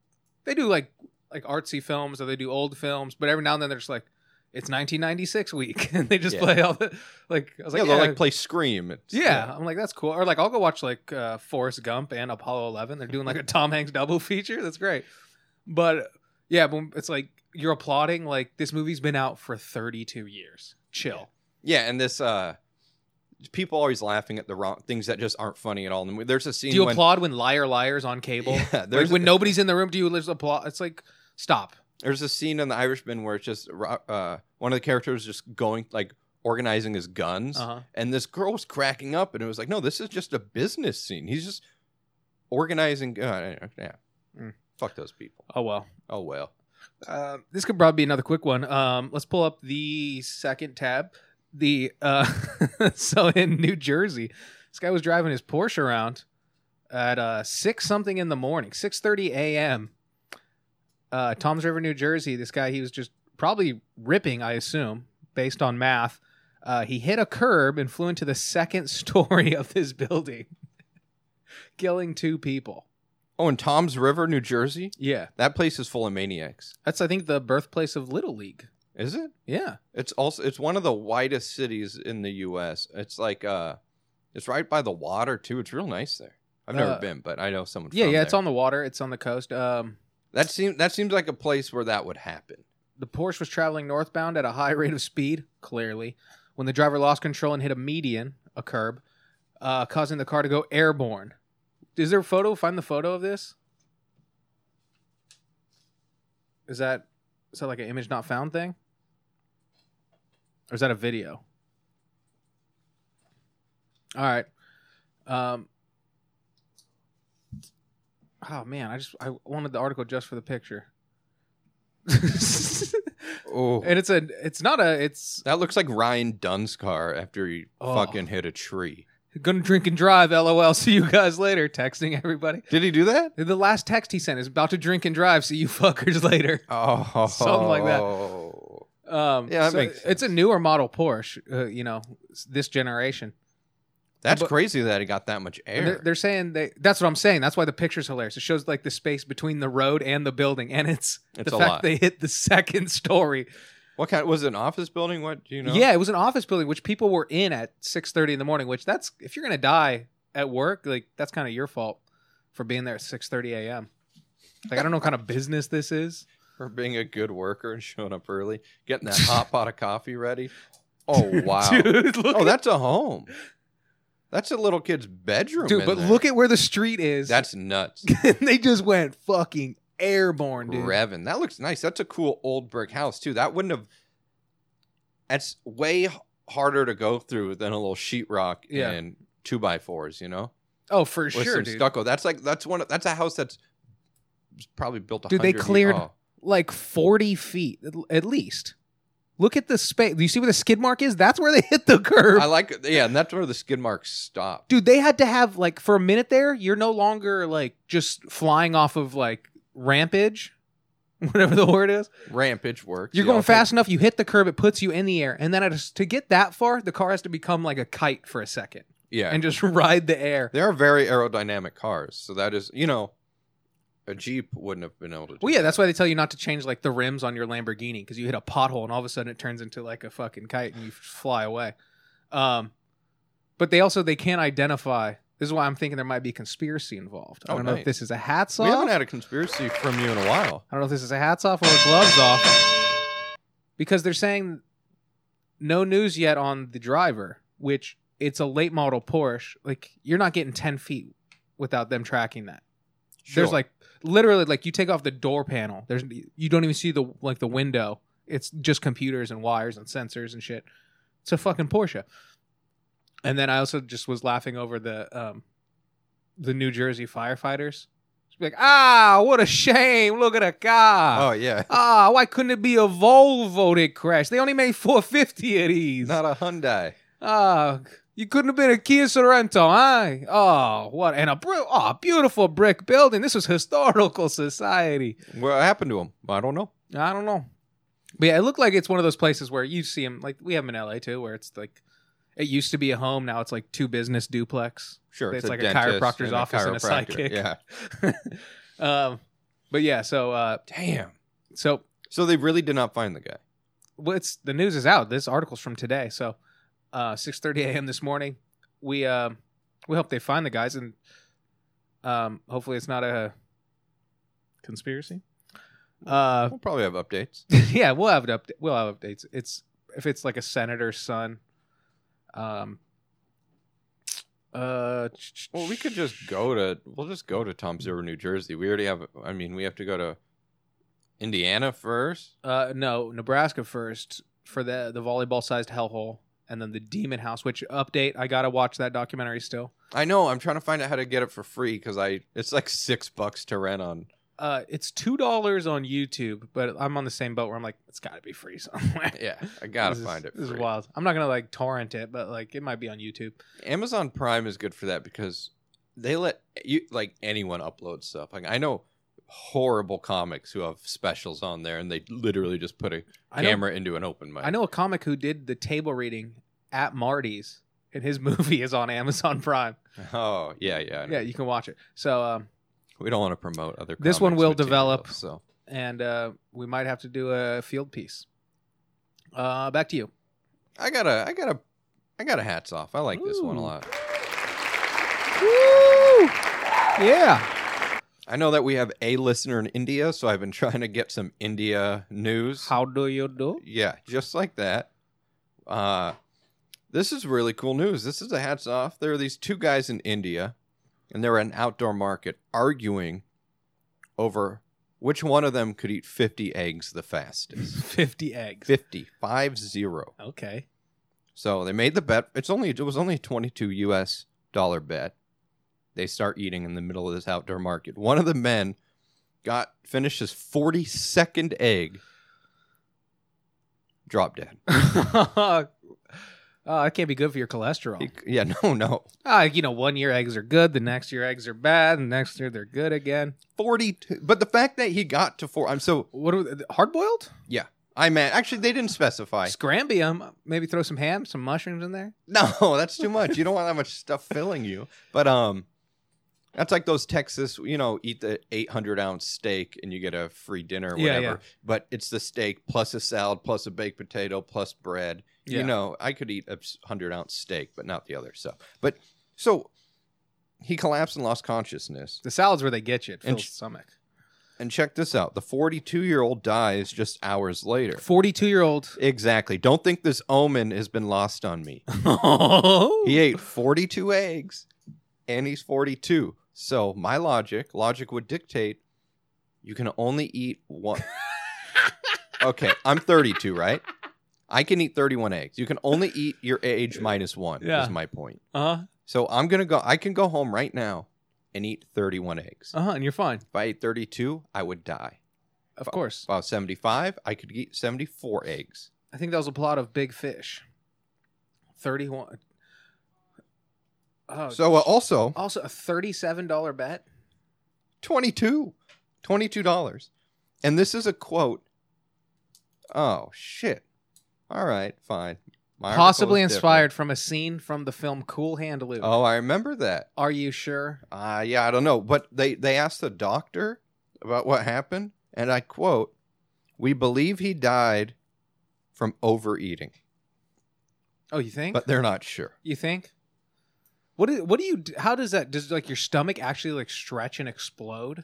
A: they do like like artsy films or they do old films, but every now and then they're just like it's 1996 week and they just
B: Yeah.
A: play all the like I was
B: yeah,
A: like
B: they'll
A: yeah.
B: like play Scream. It's-
A: yeah, I'm like that's cool. Or like I'll go watch like uh, Forrest Gump and Apollo 11. They're doing like a Tom Hanks double feature. That's great. But yeah, but it's like you're applauding like this movie's been out for 32 years. Chill.
B: yeah, and this uh, people always laughing at the wrong things that just aren't funny at all. And there's a scene
A: Do you
B: when
A: applaud when Liar Liar's on cable?
B: Yeah,
A: like
B: there's
A: when nobody's in the room, do you just applaud? It's like stop.
B: There's a scene in The Irishman where it's just uh, one of the characters is just going like organizing his guns,
A: Uh-huh.
B: and this girl was cracking up, and it was like, no, this is just a business scene. He's just organizing. Uh, yeah,
A: Mm.
B: fuck those people.
A: Oh well.
B: Oh well.
A: Uh, this could probably be another quick one. Um, let's pull up the second tab. The uh, so in New Jersey, this guy was driving his Porsche around at uh, six something in the morning, six thirty a.m. Uh, Tom's River, New Jersey. This guy, he was just probably ripping, I assume, based on math. Uh, he hit a curb and flew into the second story of this building, killing two people.
B: Oh, and Tom's River, New Jersey.
A: Yeah,
B: That place is full of maniacs.
A: that's I think the birthplace of Little League.
B: Is it?
A: Yeah.
B: It's also it's one of the widest cities in the U.S. It's like uh, it's right by the water too. It's real nice there. I've never
A: Uh,
B: been, but I know someone.
A: Yeah,
B: from
A: yeah, it's
B: there.
A: on the water. It's on the coast. Um,
B: That seems that seems like a place where that would happen.
A: the Porsche was traveling northbound at a high rate of speed, clearly, when the driver lost control and hit a median, a curb, uh, causing the car to go airborne. Is there a photo? Find the photo of this. Is that is that like an image not found thing, or is that a video? All right. Um, oh man, I just I wanted the article just for the picture.
B: Oh,
A: and it's a it's not a it's
B: That looks like Ryan Dunn's car after he
A: Oh.
B: fucking hit a tree.
A: gonna drink and drive lol see you guys later texting everybody
B: Did he do that?
A: the last text he sent is about to drink and drive see you fuckers later
B: Oh,
A: Something like that.
B: that.
A: um
B: Yeah, that makes
A: it's a
B: sense.
A: newer model porsche uh, you know s- this generation
B: That's
A: But-
B: crazy that he got that much air.
A: And they're, they're saying they that's what i'm saying that's why the picture's hilarious it shows like the space between the road and the building and it's,
B: It's
A: the
B: a
A: fact
B: lot.
A: they hit the second story
B: what kind? Was it an office building? What do you know?
A: yeah it was an office building which people were in at 6.30 in the morning which that's if you're gonna die at work like that's kind of your fault for being there at 6.30 a.m like i don't know what kind of business this is
B: for being a good worker and showing up early, getting that hot pot of coffee ready. Oh wow!
A: dude look
B: oh,
A: at,
B: that's a home. That's a little kid's bedroom.
A: dude
B: in
A: but
B: there.
A: look at where the street is
B: that's nuts.
A: they just went fucking airborne dude
B: Revan. That looks nice. That's a cool old brick house too. That wouldn't have. That's way h- harder to go through than a little sheetrock
A: Yeah.
B: and two by fours. You know,
A: Oh, for
B: with
A: sure,
B: some
A: dude.
B: stucco. That's like that's one. Of, that's a house that's probably built. a
A: Dude, they
B: hundred ye-
A: cleared-
B: oh.
A: Like forty feet at- at least. Look at the space. Do you see where the skid mark is? That's where they hit the curb.
B: I like yeah, and that's where the skid marks stop.
A: dude they had to have like for a minute there you're no longer like just flying off of like rampage whatever the word is
B: Rampage works.
A: you're
B: yeah,
A: going
B: I'll take-
A: fast enough you hit the curb it puts you in the air and then I just, to get that far the car has to become like a kite for a second
B: Yeah,
A: and just ride the air
B: they are very aerodynamic cars, so that is you know, a Jeep wouldn't have been able to. Do
A: well yeah that's why they tell you not to change like the rims on your lamborghini because you hit a pothole and all of a sudden it turns into like a fucking kite and you fly away um but they also they can't identify this is why i'm thinking there might be conspiracy involved i
B: Oh,
A: don't know if
B: nice.
A: this is a hat's
B: We
A: off
B: haven't had a conspiracy from you in a while.
A: I don't know if this is a hats off or a gloves off because they're saying no news yet on the driver, which it's a late model Porsche. Like you're not getting 10 feet without them tracking that.
B: Sure.
A: There's like literally like you take off the door panel. There's you don't even see the like the window. It's just computers and wires and sensors and shit. It's a fucking Porsche. And then I also just was laughing over the um the New Jersey firefighters. Just be like, ah, what a shame. Look at a car.
B: oh yeah,
A: Ah, why couldn't it be a Volvo that crashed? They only made 450 of these.
B: not a Hyundai.
A: Ah, you couldn't have been a Kia Sorrento, huh? Oh, what? And a br- oh, beautiful brick building. This was historical society.
B: What happened to him? I don't know.
A: I don't know. But yeah, it looked like it's one of those places where you see them, like we have 'em in LA too, where it's like, it used to be a home. Now it's like two business duplex.
B: Sure,
A: It's like a
B: dentist
A: chiropractor's
B: and
A: office and a psychic.
B: Yeah,
A: um, but yeah, so, uh,
B: damn.
A: so
B: So they really did not find the guy.
A: well, it's the news is out. This article's from today, so uh, six thirty a.m. this morning. We uh, we hope they find the guys, and um, hopefully it's not a conspiracy. Uh,
B: We'll probably have updates.
A: yeah, we'll have it up. We'll have updates. It's if it's like a senator's son. Um. Uh.
B: Well, we could just go to we'll just go to Tom's River, New Jersey. We already have. I mean, we have to go to Indiana first.
A: Uh, no, Nebraska first for the the volleyball sized hellhole, and then the Demon House. Which update? I gotta watch that documentary still.
B: I know. I'm trying to find out how to get it for free because I it's like six bucks to rent on.
A: uh it's two dollars on youtube but i'm on the same boat where i'm like it's gotta be free somewhere
B: Yeah, I gotta
A: This is-
B: find it.
A: this
B: free.
A: is wild i'm not gonna like torrent it but like it might be on youtube
B: Amazon Prime is good for that because they let you like anyone upload stuff. Like I know horrible comics who have specials on there and they literally just put a
A: i know
B: camera into an open mic.
A: i know a comic who did the table reading at marty's and his movie is on amazon prime
B: Oh yeah, yeah. I know.
A: yeah you can watch it so um
B: We don't want to promote other.
A: This one
B: comics
A: will
B: material,
A: develop.
B: So
A: and uh we might have to do a field piece uh back to you
B: I gotta, I gotta, I gotta hats off. I like this one a
A: Ooh.
B: lot.
A: yeah
B: I know that we have a listener in India, so I've been trying to get some India news.
A: how do you do
B: Yeah, just like that. Uh, this is really cool news. This is a hats off. There are these two guys in India, and they're at an outdoor market arguing over which one of them could eat 50 eggs the fastest.
A: 50 eggs
B: 50, five zero.
A: okay
B: So they made the bet. It's only it was only a 22 US dollar bet. They start eating in the middle of this outdoor market. One of the men got finished his 42nd egg. Drop dead.
A: oh, that can't be good for your cholesterol.
B: He- yeah, no, no.
A: Ah, you know, one year eggs are good, the next year eggs are bad, and next year they're good again.
B: 42. But the fact that he got to four, I'm so,
A: What are hard boiled?
B: I mean, actually, they didn't specify.
A: Scramby 'em. Maybe throw some ham, some mushrooms in there.
B: No, that's too much. You don't want that much stuff filling you. But, um, that's like those Texas, you know, eat the 800 ounce steak and you get a free dinner or
A: Yeah,
B: whatever.
A: yeah.
B: But it's the steak plus a salad plus a baked potato plus bread.
A: Yeah.
B: You know, I could eat a 100 ounce steak, but not the other stuff. But so he collapsed and lost consciousness.
A: The salad's where they get you. It
B: And
A: fills
B: sh-
A: the stomach.
B: And check this out the 42 year old dies just hours later.
A: Forty-two year old.
B: Exactly. Don't think this omen has been lost on me. He ate 42 eggs and he's 42. So my logic, logic would dictate you can only eat one. okay, I'm 32, right? I can eat 31 eggs. You can only eat your age minus one,
A: Yeah.
B: is my point.
A: Uh
B: So I'm gonna go. I can go home right now and eat 31 eggs.
A: Uh huh. And you're fine.
B: If I ate 32, I would die.
A: Of course.
B: If I was 75, I could eat 74 eggs.
A: I think that was a plot of Big Fish. 31. Oh,
B: So uh, also
A: also a $37 bet.
B: 22, 22 dollars, and this is a quote. Oh shit! All right, fine. My article
A: Possibly
B: is
A: inspired from a scene from the film Cool Hand Luke.
B: different. Oh, I remember that.
A: Are you sure?
B: Uh, yeah, I don't know. But they, they asked the doctor about what happened, and I quote, We believe he died from overeating,
A: Oh, you think?
B: but they're not sure.
A: you think? What do, what do you d- how does that does like your stomach actually like stretch and explode?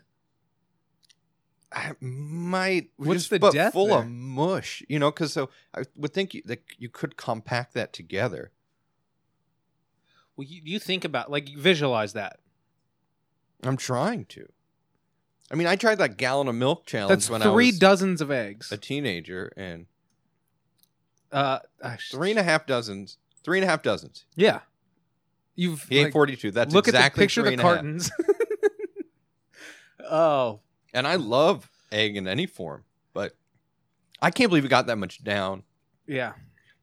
B: I might
A: What's
B: just-
A: the
B: but
A: death
B: full
A: there?
B: of mush, you know? Because so I would think you, that you could compact that together.
A: Well, you, you think about like you visualize that.
B: I'm trying to. I mean, I tried that gallon of milk challenge
A: That's
B: when I
A: three
B: was
A: dozens of eggs.
B: a teenager, and
A: Uh, I-
B: three and a half dozens, three and a half dozens.
A: Yeah, you've
B: He
A: like,
B: ate 42. That's
A: look at the
B: exactly
A: picture of
B: three
A: the
B: and a half.
A: cartons. oh,
B: And I love egg in any form, but I can't believe it got that much down.
A: yeah.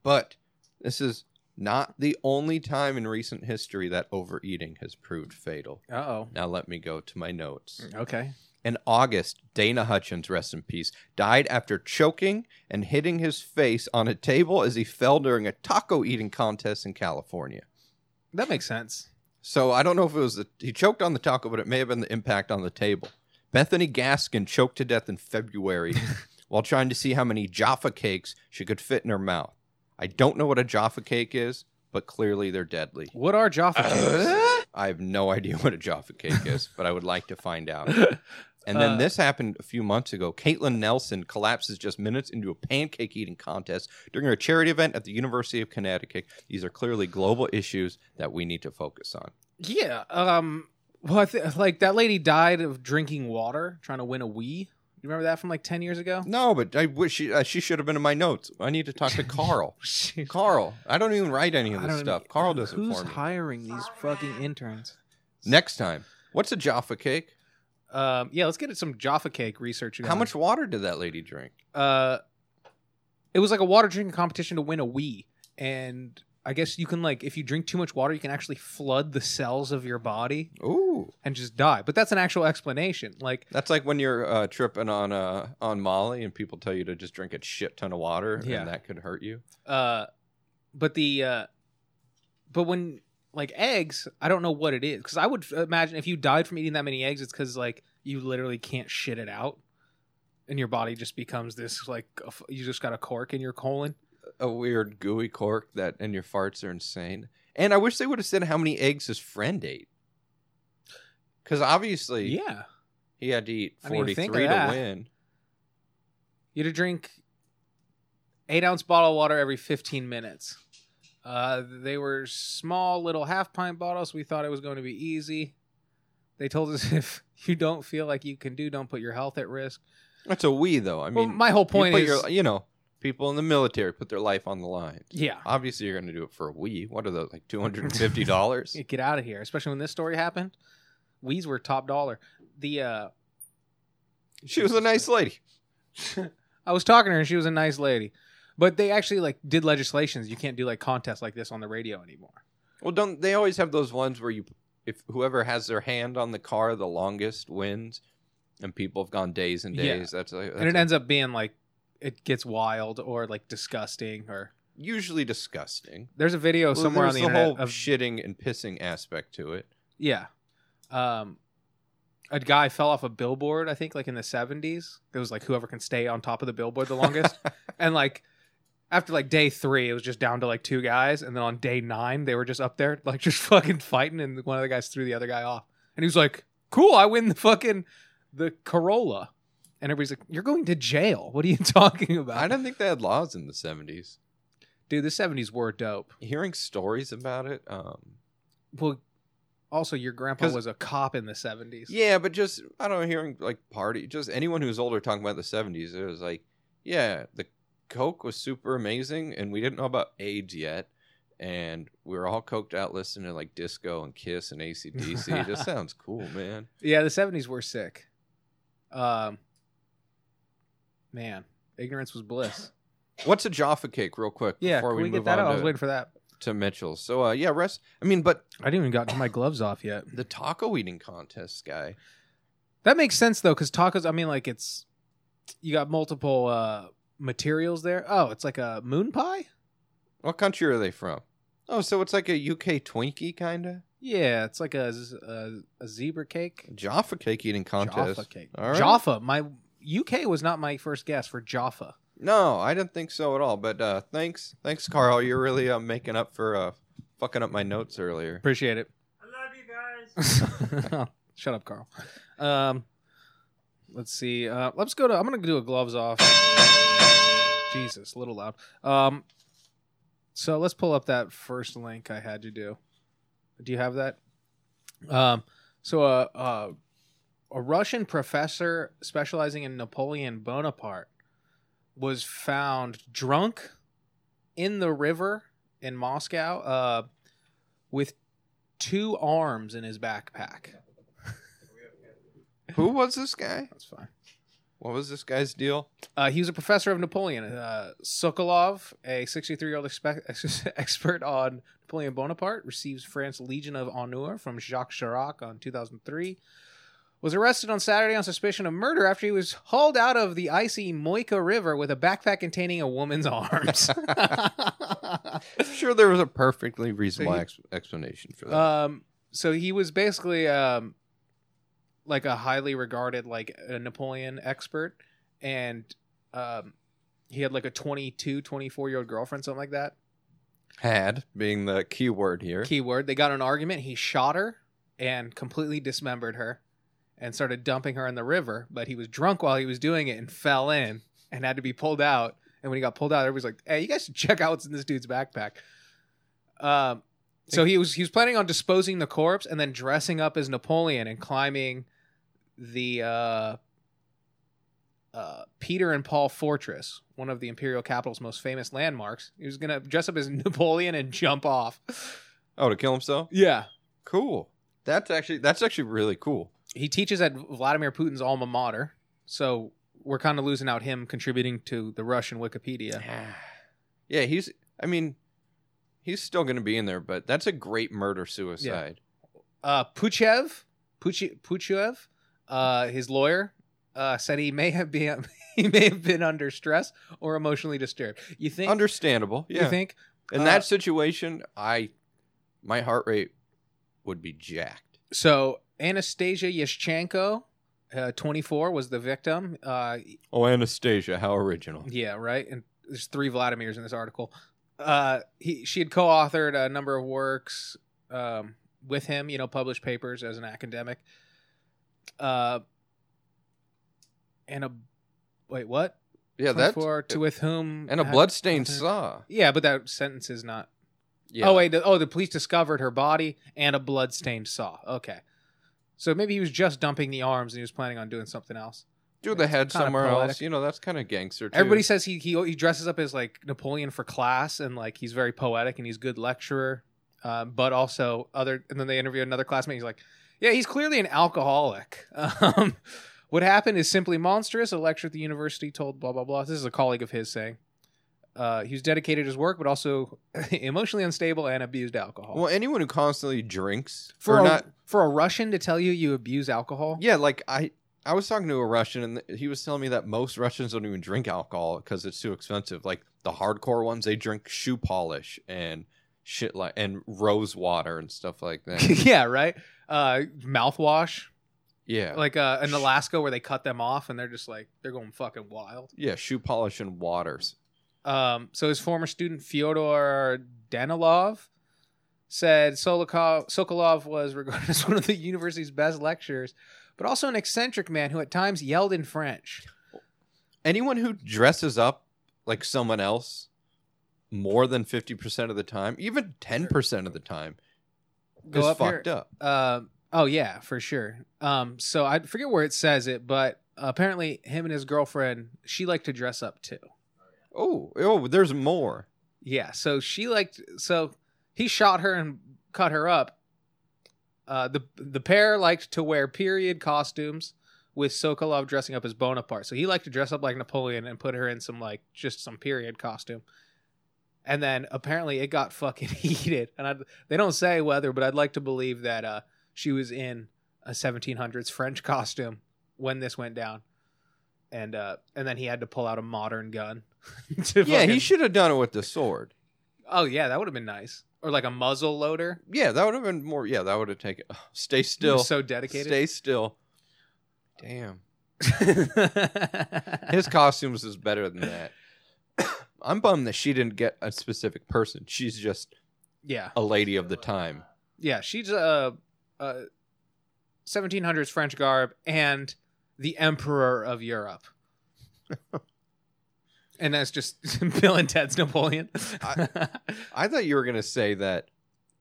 B: But this is not the only time in recent history that overeating has proved fatal.
A: Uh oh.
B: Now let me go to my notes.
A: Okay.
B: In August, Dana Hutchins, rest in peace, died after choking and hitting his face on a table as he fell during a taco eating contest in California.
A: That makes sense.
B: So I don't know if it was the he choked on the taco, but it may have been the impact on the table. Bethany Gaskin choked to death in February while trying to see how many Jaffa cakes she could fit in her mouth. I don't know what a Jaffa cake is, but clearly they're deadly.
A: What are Jaffa cakes?
B: I have no idea what a Jaffa cake is, but I would like to find out. And then
A: Uh,
B: this happened a few months ago. Caitlin Nelson collapses just minutes into a pancake eating contest during a charity event at the University of Connecticut. These are clearly global issues that we need to focus on.
A: yeah. Um. Well, I th- like that lady died of drinking water trying to win a Wii. You remember that from like ten years ago?
B: No, but I wish she, uh, she should have been in my notes. I need to talk to Carl.
A: Shit.
B: Carl, I don't e-, even write any of
A: I
B: this
A: don't
B: stuff.
A: even-
B: Carl does it
A: Who's
B: for me.
A: hiring these fucking interns?
B: Next time, what's a Jaffa cake?
A: Um, yeah, let's get some Jaffa cake research.
B: How
A: going.
B: much water did that lady drink?
A: uh, it was like a water drinking competition to win a Wii, and I guess you can like if you drink too much water, you can actually flood the cells of your body
B: Ooh,
A: and just die. But that's an actual explanation. Like,
B: that's like when you're uh, tripping on uh, on Molly and people tell you to just drink a shit ton of water,
A: Yeah.
B: and that could hurt you.
A: uh, but the uh, but when like eggs, I don't know what it is because I would imagine if you died from eating that many eggs, it's because like you literally can't shit it out. And your body just becomes this like you just got a cork in your colon.
B: A weird gooey cork that, and your farts are insane. And I wish they would have said how many eggs his friend ate, because obviously
A: Yeah,
B: he had to eat
A: I mean,
B: forty
A: think of
B: three to
A: that.
B: win.
A: you had to drink eight ounce bottle of water every 15 minutes uh, they were small little half pint bottles we thought it was going to be easy they told us if you don't feel like you can do don't put your health at risk
B: That's a we though. I mean,
A: well my whole point
B: you
A: is
B: put your- you know, people in the military put their life on the line.
A: yeah
B: Obviously, you're going to do it for a Wii. What are those like two hundred and fifty dollars?
A: get out of here especially when this story happened wees were top dollar the uh
B: she was a nice lady.
A: I was talking to her and she was a nice lady. But they actually like did legislations. You can't do like contests like this on the radio anymore.
B: Well, don't they always have those ones where you, if whoever has their hand on the car the longest wins, and people have gone days and
A: Yeah.
B: days. That's, like, that's
A: and it
B: like
A: ends up being like it gets wild or like disgusting or
B: usually disgusting.
A: there's a video
B: Well,
A: somewhere on
B: there's
A: the,
B: the
A: internet
B: whole
A: of
B: shitting and pissing aspect to it.
A: yeah um a guy fell off a billboard i think like in the 70s it was like whoever can stay on top of the billboard the longest and like after like day three it was just down to like two guys and then on day nine they were just up there like just fucking fighting and one of the guys threw the other guy off and he was like cool i win the fucking the corolla and everybody's like you're going to jail what are you talking about
B: I don't think they had laws in the seventies.
A: dude the 70s were dope
B: Hearing stories about it. Um,
A: well also your grandpa
B: 'Cause-
A: was a cop in the 70s
B: Yeah, but just I don't know, hearing like party, just anyone who's older talking about the seventies, it was like, yeah, the Coke was super amazing, and we didn't know about AIDS yet, and we were all coked out listening to like disco and Kiss and ACDC. it just sounds cool, man.
A: Yeah, the seventies were sick. Um, man, ignorance was bliss.
B: What's a Jaffa cake, real quick?
A: Yeah,
B: before
A: can we,
B: we,
A: get
B: move
A: that
B: on
A: out? I
B: To,
A: was waiting for that.
B: to Mitchell's. So uh, yeah, rest. I mean, but
A: I didn't even got my gloves off yet.
B: the taco eating contest guy.
A: That makes sense though, because tacos. I mean, like it's you got multiple uh materials there. Oh, it's like a moon pie.
B: What country are they from? Oh, so it's like a UK Twinkie kind of
A: Yeah, it's like a z- a, a zebra cake.
B: Jaffa cake eating contest.
A: Jaffa cake.
B: All right.
A: Jaffa. My UK was not my first guess for Jaffa.
B: No, I didn't think so at all. But uh, thanks, thanks, Carl. You're really uh, making up for uh, fucking up my notes earlier.
A: Appreciate it.
C: I love you guys.
A: Shut up, Carl. Um, let's see. Uh, let's go to. I'm gonna do a gloves off. Jesus, a little loud. Um, so let's pull up that first link I had you do. Do you have that? Um, so a uh, uh, a Russian professor specializing in Napoleon Bonaparte was found drunk in the river in Moscow. Uh, with two arms in his backpack.
B: Who was this guy?
A: That's fine.
B: What was this guy's deal?
A: Uh, he was a professor of Napoleon. Uh, Sokolov, a 63 year old expe- expert on Napoleon Bonaparte, receives France Legion of Honor from Jacques Chirac on 2003. Was arrested on Saturday on suspicion of murder after he was hauled out of the icy Moika River with a backpack containing a woman's arms.
B: I'm sure there was a perfectly reasonable
A: he-
B: ex- explanation for that.
A: Um, so he was basically um, like a highly regarded like a Napoleon expert, and um, he had like a 22, 24 year old girlfriend, something like that.
B: Had being the key word here.
A: Keyword. They got in an argument. He shot her and completely dismembered her, and started dumping her in the river. But he was drunk while he was doing it and fell in and had to be pulled out. And when he got pulled out, everybody's like, "Hey, you guys should check out what's in this dude's backpack." Um, so he was he was planning on disposing the corpse and then dressing up as Napoleon and climbing the uh, uh, Peter and Paul Fortress, one of the imperial capital's most famous landmarks. He was gonna dress up as Napoleon and jump off.
B: Oh, to kill himself.
A: Yeah,
B: Cool. That's actually that's actually really cool.
A: he teaches at Vladimir Putin's alma mater, so we're kind of losing out him contributing to the Russian Wikipedia.
B: yeah, he's. I mean, he's still going to be in there, but that's a great murder suicide.
A: Uh, Puchev, Puche- Puchev, uh, his lawyer, uh, said he may have been he may have been under stress or emotionally disturbed. You think?
B: Understandable. Yeah.
A: You think?
B: in
A: uh,
B: that situation, I my heart rate would be jacked.
A: So Anastasia Yashchenko, uh, 24, was the victim. Uh,
B: Oh, Anastasia, how original.
A: Yeah, right. And there's three Vladimirs in this article. Uh, he she had co-authored a number of works um, with him. You know, published papers as an academic. Uh, and a wait, what?
B: Yeah, that
A: 24, to with whom
B: and a
A: had-
B: bloodstained saw.
A: Yeah, but that sentence is not.
B: Yeah.
A: Oh wait, the, oh the police discovered her body and a bloodstained saw. Okay, so maybe he was just dumping the arms and he was planning on doing something else.
B: do the head
A: it's kinda
B: somewhere
A: poetic.
B: else. You know, that's kind of gangster. Too.
A: Everybody says he, he he dresses up as like Napoleon for class and like he's very poetic and he's a good lecturer, um, but also other. And then they interview another classmate. He's like, yeah, he's clearly an alcoholic. Um, what happened is simply monstrous. A lecturer at the university told blah blah blah. This is a colleague of his saying. Uh, he was dedicated to his work, but also emotionally unstable and abused alcohol.
B: Well, anyone who constantly drinks
A: for
B: or
A: a,
B: not.
A: for a Russian to tell you you abuse alcohol,
B: Yeah, like I. I was talking to a Russian and th- he was telling me that most Russians don't even drink alcohol because it's too expensive. Like the hardcore ones, they drink shoe polish and shit like and rose water and stuff like that.
A: yeah, right. Uh, mouthwash,
B: yeah,
A: like uh, in Alaska where they cut them off and they're just like they're going fucking wild.
B: yeah, shoe polish and waters.
A: Um, so his former student Fyodor Danilov said Sokolov, Sokolov was regarded as one of the university's best lecturers, but also an eccentric man who at times yelled in French.
B: anyone who dresses up like someone else more than 50% of the time, even 10% of the time,
A: Go
B: is
A: up
B: fucked
A: here.
B: up.
A: Um, oh yeah, for sure. Um, so I forget where it says it, but apparently him and his girlfriend she liked to dress up too.
B: Oh, oh, there's more.
A: Yeah, so she liked so He shot her and cut her up. Uh, the the pair liked to wear period costumes, with Sokolov dressing up as Bonaparte. So he liked to dress up like Napoleon and put her in some like just some period costume. And then apparently it got fucking heated. And I, they don't say whether, but I'd like to believe that uh, she was in a 1700s French costume when this went down. And uh, and then he had to pull out a modern gun. to
B: yeah,
A: fucking-
B: he should have done it with the sword.
A: Oh yeah, that would have been nice. Or like a muzzle loader.
B: Yeah, that would have been more. Yeah, that would have taken. Stay
A: He
B: still.
A: was so dedicated.
B: Stay still. Damn. His costumes is better than that. I'm bummed that she didn't get a specific person. She's just
A: yeah.
B: a lady of the time.
A: Yeah, she's a, a 1700s French garb and the Emperor of Europe. and that's just Bill and Ted's Napoleon.
B: I thought you were gonna say that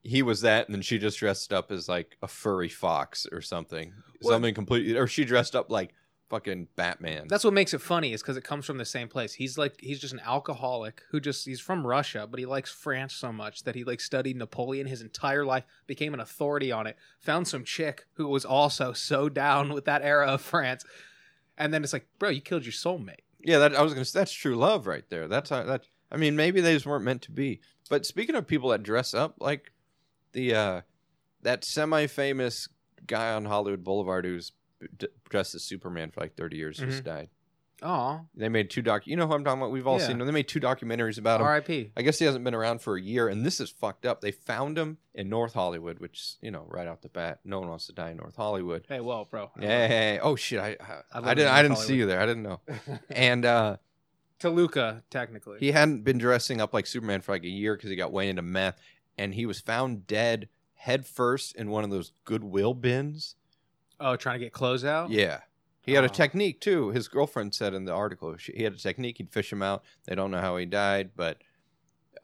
B: he was that, and then she just dressed up as like a furry fox or something,
A: Well-
B: something completely, or she dressed up like fucking Batman.
A: that's what makes it funny is because it comes from the same place. He's like he's just an alcoholic who just he's from Russia, but he likes France so much that he like studied Napoleon his entire life, became an authority on it, found some chick who was also so down with that era of France, and then it's like, bro, you killed your soulmate.
B: yeah. That I was gonna. say That's true love right there. That's how, that. I mean, maybe they just weren't meant to be. But speaking of people that dress up, like the uh that semi-famous guy on Hollywood Boulevard who's d- dressed as Superman for like 30 years
A: Mm-hmm.
B: just died.
A: Aw,
B: They made two doc. You know who I'm talking about? We've all
A: Yeah.
B: seen him. They made two documentaries about him.
A: R.I.P.
B: I guess he hasn't been around for a year, and this is fucked up. They found him in North Hollywood, which you know, right off the bat, no one wants to die in North Hollywood.
A: Hey, well, bro. I don't
B: Yeah. Oh shit! I
A: I
B: I,
A: live
B: I
A: in
B: didn't
A: North
B: I didn't see
A: Hollywood.
B: you there. I didn't know. and uh,
A: know. Toluca, technically.
B: he hadn't been dressing up like Superman for like a year because he got way into meth, and he was found dead head first in one of those Goodwill bins.
A: oh, trying to get clothes out?
B: Yeah. He had a
A: Oh.
B: technique too. His girlfriend said in the article she, he had a technique. He'd fish him out. They don't know how he died, but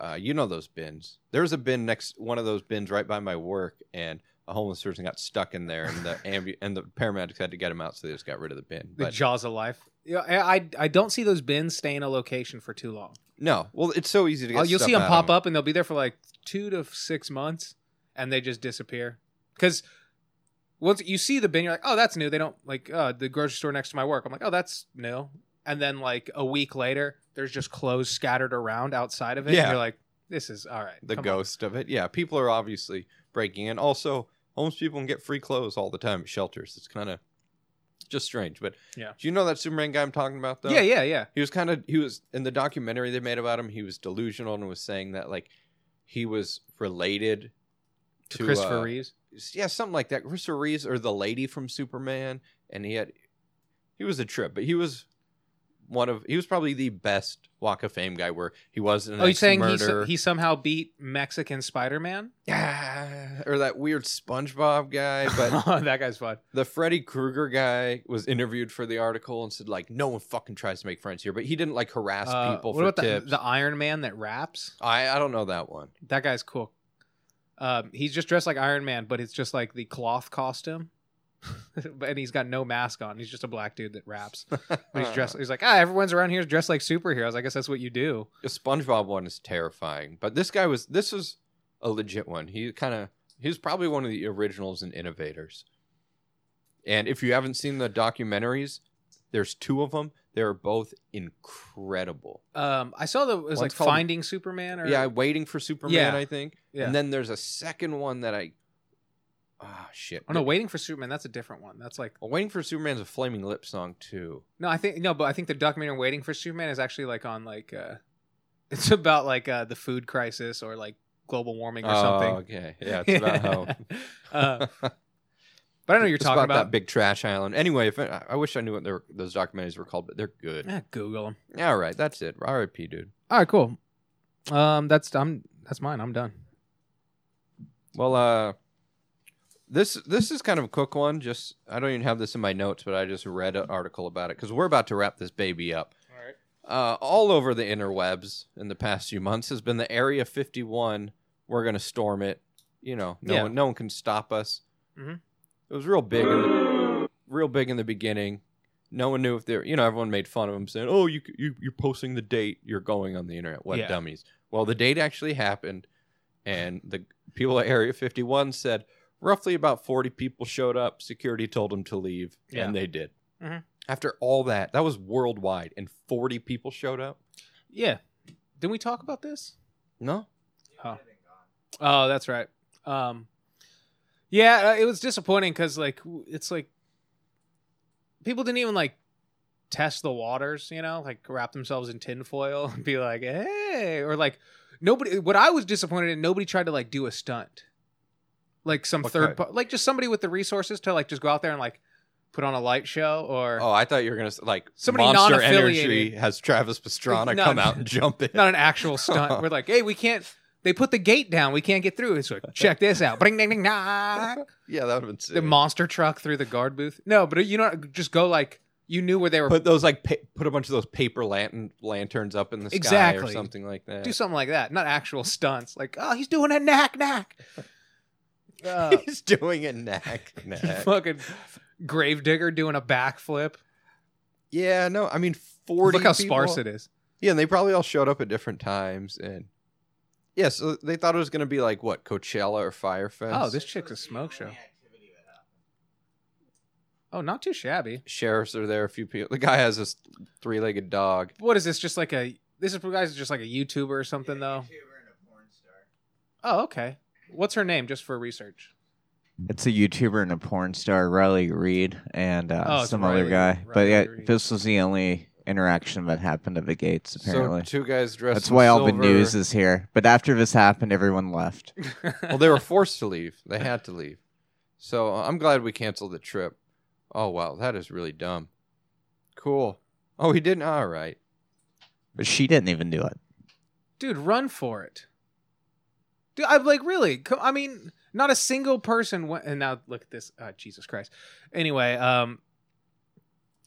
B: uh, you know those bins. There was a bin next one of those bins right by my work, and a homeless person got stuck in there, and the ambu- and the paramedics had to get him out, so they just got rid of the bin.
A: The
B: But
A: jaws of life. Yeah, I, I I don't see those bins stay in a location for too long.
B: no, well, it's so easy to get.
A: Oh, you'll
B: stuff
A: see them
B: out
A: pop
B: of 'em.
A: up and they'll be there for like two to six months and they just disappear. Because once you see the bin, you're like, oh, that's new. They don't like uh, the grocery store next to my work. I'm like, oh, that's new. And then like a week later, there's just clothes scattered around outside of it. And
B: Yeah.
A: you're like, this is all right.
B: The
A: come on.
B: ghost of it. Yeah, people are obviously breaking in. Also, homeless people can get free clothes all the time at shelters. It's kind of just strange, but
A: Yeah.
B: Do you know that Superman guy I'm talking about though?
A: Yeah, yeah, yeah.
B: he was kind of he was in the documentary they made about him he was delusional and was saying that like he was related
A: To,
B: To,
A: Christopher
B: uh,
A: Reeves.
B: yeah something like that Christopher Reeves or the lady from Superman and he had he was a trip but he was one of he was probably the best Walk of Fame guy where he was an
A: Oh, you're saying he, so-
B: murder
A: he somehow beat Mexican Spider Man?
B: or that weird SpongeBob guy but
A: Oh, that guy's fun.
B: the Freddy Krueger guy was interviewed for the article and said like no one fucking tries to make friends here but he didn't like harass
A: Uh,
B: people
A: what
B: for
A: about the-
B: tips
A: The, Iron Man that raps?
B: I I don't know that one.
A: That guy's cool. Um, he's just dressed like Iron Man, but it's just like the cloth costume, and he's got no mask on. He's just a black dude that raps. But he's dressed. He's like, ah, everyone's around here is dressed like superheroes. I guess that's what you do.
B: The SpongeBob one is terrifying, but this guy was this was a legit one. He kind of he was probably one of the originals and innovators. And if you haven't seen the documentaries, there's two of them. They're both incredible.
A: Um, I saw the it was
B: One's
A: like
B: called-
A: Finding Superman or
B: yeah, Waiting for Superman,
A: Yeah.
B: I think.
A: yeah.
B: And then there's a second one that I ah shit.
A: oh no, Waiting for Superman. That's a different one. That's like
B: Well, Waiting for Superman's a Flaming Lip song too.
A: no, I think no, but I think the documentary Waiting for Superman is actually like on like uh, it's about like uh the food crisis or like global warming or
B: Oh,
A: something.
B: okay. Yeah, it's about how
A: Uh, but I know what you're
B: It's
A: talking
B: that
A: about.
B: big trash island. Anyway, if I, I wish I knew what they were- those documentaries were called, but they're good.
A: Eh, Google them.
B: Yeah, all right, that's it. R.I.P. Dude.
A: All right, cool. Um, that's I'm that's mine. I'm done.
B: Well, uh, this this is kind of a quick one. Just I don't even have this in my notes, but I just read an article about it because we're about to wrap this baby up.
A: All right.
B: Uh, all over the interwebs in the past few months has been the Area 51. We're gonna storm it. You know, no
A: Yeah.
B: one no one can stop us.
A: Mhm.
B: It was real big, in the, real big in the beginning. No one knew if they were, you know, everyone made fun of them saying, "Oh, you you you're posting the date, you're going on the internet, what
A: Yeah.
B: dummies." Well, the date actually happened, and the people at Area 51 said roughly about 40 people showed up. Security told them to leave,
A: Yeah.
B: and they did.
A: Mhm.
B: After all that, that was worldwide, and 40 people showed up.
A: Yeah. Did we talk about this?
B: No,
A: Oh, that's right. Um, yeah, uh, it was disappointing because like w- it's like people didn't even like test the waters, you know, like wrap themselves in tinfoil and be like, hey, or like nobody. What I was disappointed in, nobody tried to like do a stunt, like some
B: What
A: third,
B: kind?
A: par- like just somebody with the resources to like just go out there and like put on a light show or
B: oh, I thought you were gonna s- like
A: Somebody
B: Monster
A: non-affiliated.
B: Energy has Travis Pastrana
A: No.
B: come out and jump in.
A: not an actual stunt. We're like, hey, we can't. They put the gate down. We can't get through. It's like, check this out. Bring, ding, ding, knock.
B: Yeah, that would have been sick.
A: the monster truck through the guard booth. No, but you know, just go like you knew where they were.
B: put those like pa- put a bunch of those paper lantern lanterns up in the sky or
A: Exactly.
B: something like that.
A: do something like that, not actual stunts. Like, oh, he's doing a knack knack. Uh,
B: He's doing a knack knack.
A: fucking gravedigger doing a backflip.
B: yeah, no, I mean forty.
A: Look how
B: people-
A: sparse it is.
B: Yeah, and they probably all showed up at different times, and yeah, so they thought it was gonna be like what Coachella or Firefest.
A: Oh, this chick's a smoke show. Oh, not too shabby.
B: sheriffs are there. A few people. The guy has this three-legged dog.
A: What is this? Just like a this is guys just like a YouTuber or something though. Oh, okay. What's her name? Just for research.
D: It's a YouTuber and a porn star, Riley Reed, and uh,
A: Oh, it's
D: some
A: Riley-
D: other guy. but
A: Riley
D: yeah,
A: Reid.
D: this was the only interaction that happened at the gates. Apparently,
B: So two guys dressed.
D: that's
B: in
D: why all the
B: silver-
D: news is here. But after this happened, everyone left.
B: well, they were forced to leave. They had to leave. So uh, I'm glad we canceled the trip. Oh wow, that is really dumb. Cool. Oh, he didn't. All right.
D: But she didn't even do it.
A: dude, run for it. Dude, I'm like, really? Come, I mean, not a single person went. And now look at this. Uh, Jesus Christ. Anyway, um,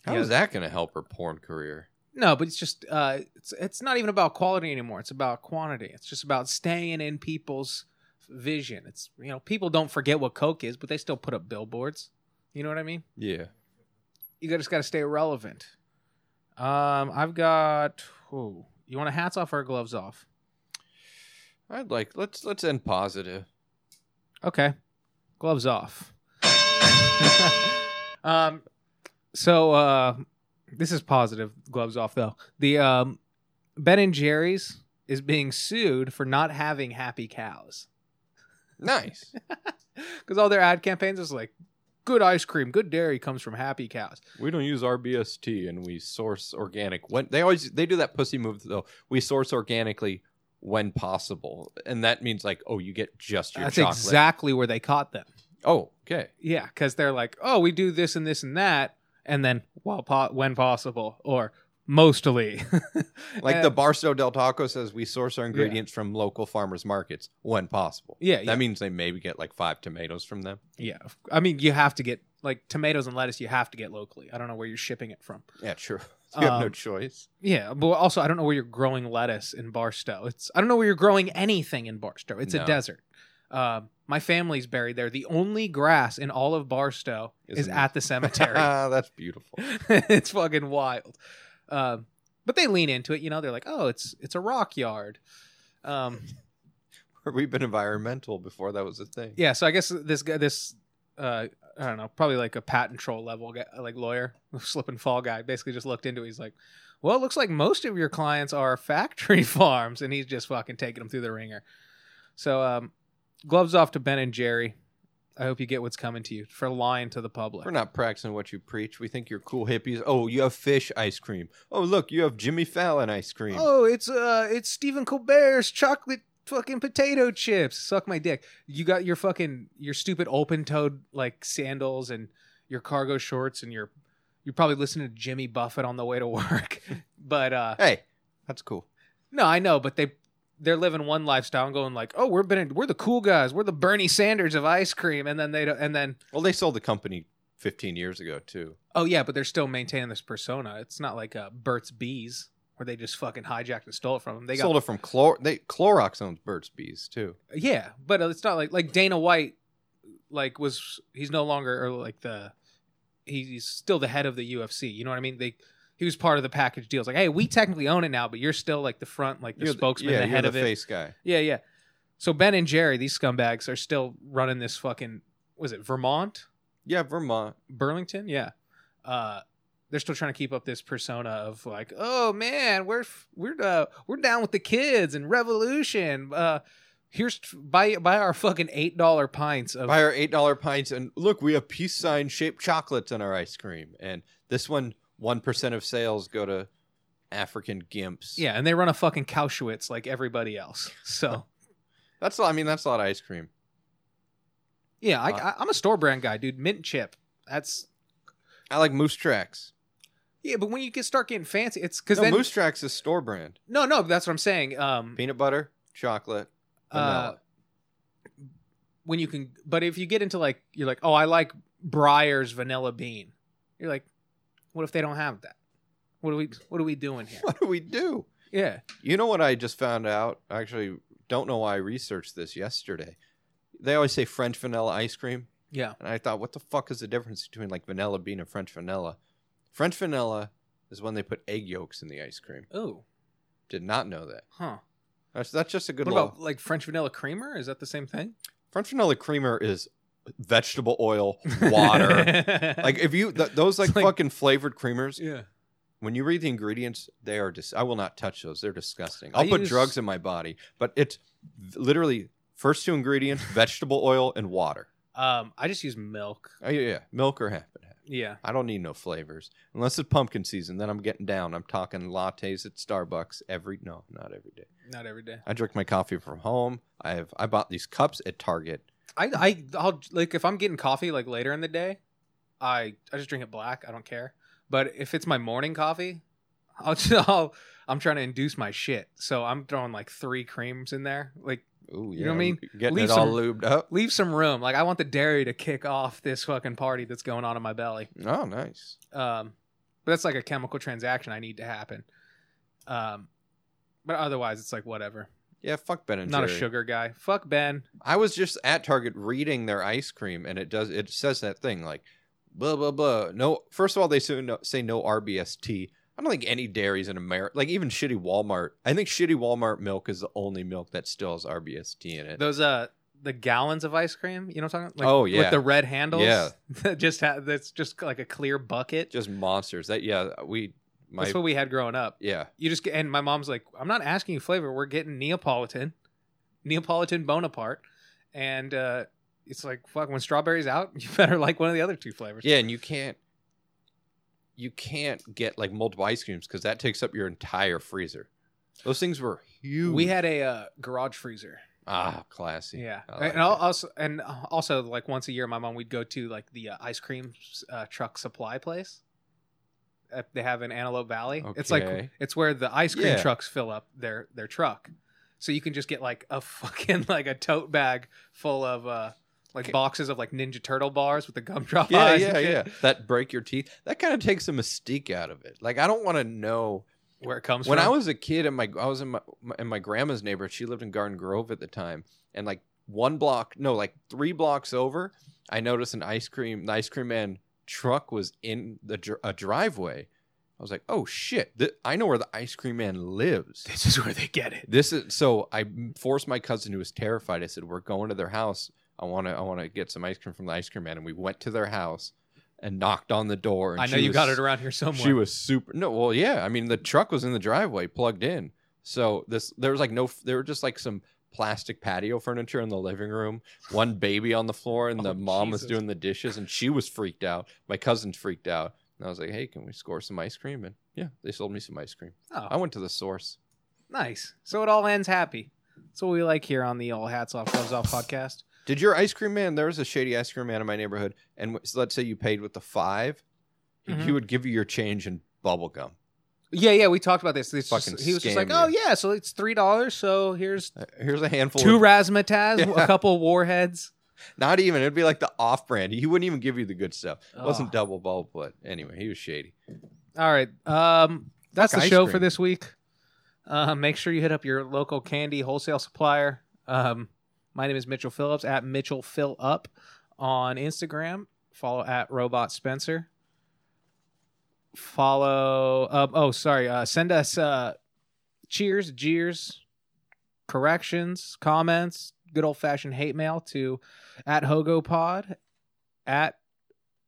B: How is
A: Yeah.
B: that going to help her porn career?
A: no, but it's just, uh, it's it's not even about quality anymore. It's about quantity. It's just about staying in people's vision. It's you know, people don't forget what Coke is, but they still put up billboards. You know what I mean?
B: Yeah.
A: You gotta- just got to stay relevant. Um, I've got. Oh, you want a hats off or a gloves off?
B: I'd like let's let's end positive.
A: Okay. Gloves off. um so uh this is positive gloves off though. The um Ben and Jerry's is being sued for not having happy cows.
B: Nice.
A: Cuz all their ad campaigns is like good ice cream, good dairy comes from happy cows.
B: we don't use RBST and we source organic. When they always they do that pussy move though. We source organically when possible, and that means like oh you get just your
A: That's
B: chocolate.
A: exactly where they caught them.
B: oh okay.
A: Yeah, cuz they're like, "Oh, we do this and this and that." And then, well, po- when possible or mostly.
B: Like
A: Uh,
B: the Barstow Del Taco says, we source our ingredients from local farmers markets when possible.
A: Yeah,
B: That
A: yeah.
B: means they maybe get like five tomatoes from them.
A: Yeah, of- I mean, you have to get like tomatoes and lettuce. You have to get locally. I don't know where you're shipping it from.
B: Yeah, true. You have no
A: Um,
B: choice.
A: Yeah, but also I don't know where you're growing lettuce in Barstow. It's I don't know where you're growing anything in Barstow. It's
B: No.
A: a desert. Um, my family's buried there. The only grass in all of Barstow
B: Isn't
A: is
B: it?
A: at the cemetery.
B: Ah, that's beautiful.
A: it's fucking wild. Um, but they lean into it. You know, they're like, oh, it's it's a rock yard. Um,
B: We've been environmental before that was a thing.
A: Yeah, so I guess this guy, this uh, I don't know, probably like a patent troll level guy, like lawyer, slip and fall guy, basically just looked into. it. He's like, "Well, it looks like most of your clients are factory farms," and he's just fucking taking them through the ringer. So, um, gloves off to Ben and Jerry. I hope you get what's coming to you for lying to the public.
B: We're not practicing what you preach. We think you're cool hippies. Oh, you have fish ice cream. Oh, look, you have Jimmy Fallon ice cream.
A: Oh, it's uh, it's Stephen Colbert's chocolate fucking potato chips. Suck my dick. You got your fucking your stupid open-toed like sandals and your cargo shorts and your you're probably listening to Jimmy Buffett on the way to work. but uh
B: Hey, that's cool.
A: no, I know, but they they're living one lifestyle and going like, "Oh, we're been we're the cool guys. We're the Bernie Sanders of ice cream." And then they don't, and then
B: Well, they sold the company 15 years ago, too.
A: oh yeah, but they're still maintaining this persona. It's not like uh, Burt's Bees where they just fucking hijacked and stole it from them. They
B: They
A: got
B: sold it from Clor- they Clorox owns Burt's Bees, too.
A: Yeah, but it's not like like Dana White, like was he's no longer or like the he's still the head of the UFC. You know what I mean? They he was part of the package deals. Like, hey, we technically own it now, but you're still like the front, like the
B: You're
A: spokesman,
B: yeah,
A: the
B: you're
A: head
B: the
A: of it.
B: face guy.
A: Yeah, yeah. So Ben and Jerry, these scumbags, are still running this fucking was it Vermont,
B: Yeah, Vermont.
A: Burlington? Yeah. Uh, they're still trying to keep up this persona of like, oh man, we're f- we're uh, we're down with the kids and revolution. Uh, here's buy buy our fucking eight dollar pints of
B: Buy our eight dollar pints and look, we have peace sign shaped chocolates on our ice cream. And this one, one percent of sales go to African gimps.
A: yeah, and they run a fucking Kauschwitz like everybody else. So
B: that's a lot. I mean, that's a lot of ice cream.
A: yeah, I, I, I'm a store brand guy, dude. Mint chip. That's
B: I like Moose Tracks.
A: yeah, but when you get start getting fancy, it's
B: No,
A: because then
B: Moose Tracks is store brand.
A: no, no, that's what I'm saying. Um,
B: Peanut butter, chocolate,
A: uh,
B: vanilla.
A: when you can but if you get into like you're like oh i like briar's vanilla bean you're like what if they don't have that what are we what are we doing here
B: what do we do?
A: yeah
B: You know what I just found out? I actually don't know why I researched this yesterday. They always say French vanilla ice cream.
A: yeah
B: And I thought, what the fuck is the difference between like vanilla bean and French vanilla? French vanilla is when they put egg yolks in the ice cream.
A: oh
B: Did not know that.
A: huh
B: That's, that's just a good
A: what
B: little.
A: about like french vanilla creamer is that the same thing
B: French vanilla creamer is vegetable oil, water. like if you th- those like,
A: It's like-
B: fucking flavored creamers,
A: yeah
B: when you read the ingredients, they are dis- I will not touch those. They're disgusting.
A: I
B: I'll put
A: use-
B: drugs in my body, but it's v- literally first two ingredients: vegetable oil and water.
A: um i just use milk
B: Oh, yeah, yeah, milk or half and half.
A: yeah
B: I don't need no flavors unless it's pumpkin season. Then I'm getting down. I'm talking lattes at Starbucks every no, not every day.
A: not every day
B: I drink my coffee from home. I have I bought these cups at Target.
A: i i i'll like if i'm getting coffee like later in the day i i just drink it black i don't care but if it's my morning coffee i'll just i'll i'm trying to induce my shit so i'm throwing like three creams in there like
B: Ooh, yeah,
A: You know what I
B: I'm
A: mean?
B: Getting
A: Leave
B: it all
A: some-
B: lubed up.
A: leave some room. Like I want the dairy to kick off this fucking party that's going on in my belly.
B: Oh, nice.
A: Um, but that's like a chemical transaction I need to happen. Um, but otherwise, it's like whatever.
B: Yeah, fuck Ben and
A: Not a
B: Jerry.
A: sugar guy. Fuck Ben.
B: I was just at Target reading their ice cream, and it does it says that thing like blah blah blah. No, first of all, they say no, say no RBST. I don't think any dairies in America, like even shitty Walmart. I think shitty Walmart milk is the only milk that still has RBST in it.
A: Those uh the gallons of ice cream. You know what I'm talking? Like,
B: Oh,
A: with
B: yeah.
A: the red handles.
B: Yeah.
A: that just ha- that's just like a clear bucket.
B: just monsters. That yeah, we my
A: that's what we had growing up.
B: yeah.
A: You just get, and my mom's like, I'm not asking you flavor. We're getting Neapolitan, Neapolitan Bonaparte, and uh, it's like fuck. When strawberries out, you better like one of the other two flavors.
B: Yeah, and you can't you can't get like multiple ice creams because that takes up your entire freezer. Those things were huge.
A: we had a uh, garage freezer.
B: ah classy.
A: Yeah,
B: I like
A: and al-
B: it.
A: also and uh, also like once a year, my mom would go to like the uh, ice cream uh, truck supply place. That they have in Antelope Valley. It's like
B: Okay.
A: it's where the ice cream
B: Yeah.
A: trucks fill up their their truck, so you can just get like a fucking like a tote bag full of uh like
B: Okay.
A: boxes of like Ninja Turtle bars with the gumdrop
B: yeah,
A: eyes.
B: yeah,
A: and shit,
B: yeah. That break your teeth. That kind of takes the mystique out of it. Like I don't want to know.
A: Where it comes
B: When
A: from.
B: I was a kid, and my I was in my, my in my grandma's neighborhood. She lived in Garden Grove at the time, and like one block, no, like three blocks over, I noticed an ice cream the ice cream man truck was in the dr- a driveway. I was like, oh shit! Th- I know where the ice cream man lives.
A: this is where they get it.
B: This is so I forced my cousin who was terrified. I said, "We're going to their house. I want to I want to get some ice cream from the ice cream man." And we went to their house and knocked on the door. And
A: I know
B: she
A: you
B: was-
A: got it around here somewhere.
B: She was super. No, well, yeah. I mean, the truck was in the driveway, plugged in. So this there was like no there were just like some plastic patio furniture in the living room, one baby on the floor, and
A: Oh,
B: the mom was
A: Jesus.
B: doing the dishes, and she was freaked out. My cousin's freaked out. And I was like, "Hey, can we score some ice cream?" And yeah, they sold me some ice cream.
A: Oh.
B: I went to the source.
A: nice. So it all ends happy. That's what we like here on the All Hats Off Gloves Off podcast.
B: Did your ice cream man? There was a shady ice cream man in my neighborhood, and w- so let's say you paid with the 5
A: Mhm.
B: he would give you your change in bubble gum.
A: Yeah, yeah, we talked about this. It's just-
B: Fucking
A: he was just like,
B: scam you.
A: "Oh yeah, so it's three dollars. So here's
B: Uh, Here's a handful.
A: two
B: of,
A: razzmatazz, a
B: Yeah.
A: couple warheads."
B: not even. It'd be like the off-brand. He wouldn't even give you the good stuff. It
A: Ugh.
B: wasn't double bubble, but anyway, he was shady.
A: All right, um, that's
B: Fuck
A: the
B: ice
A: show
B: cream.
A: for this week. Uh, make sure you hit up your local candy wholesale supplier. Um, my name is Mitchell Phillips at Mitchell Fill Up on Instagram. Follow at Robot Spencer. um, Follow. Uh, oh, sorry. Uh, send us uh, cheers, jeers, corrections, comments, good old fashioned hate mail to at HogoPod, at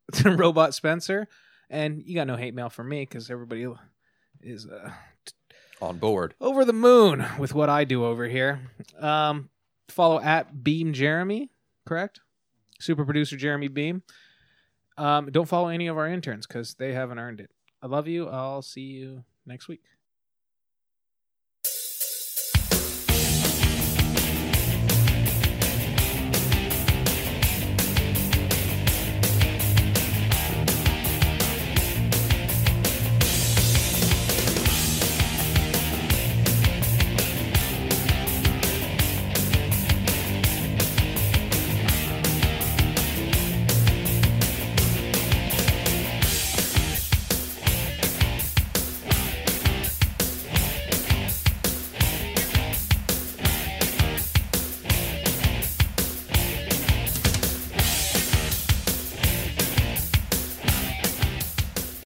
A: Robot Spencer. And you got no hate mail from me because everybody is uh,
E: on board.
A: over the moon with what I do over here. Um, follow at Beam Jeremy, correct? Super producer Jeremy Beam. Um, don't follow any of our interns because they haven't earned it. I love you. I'll see you next week.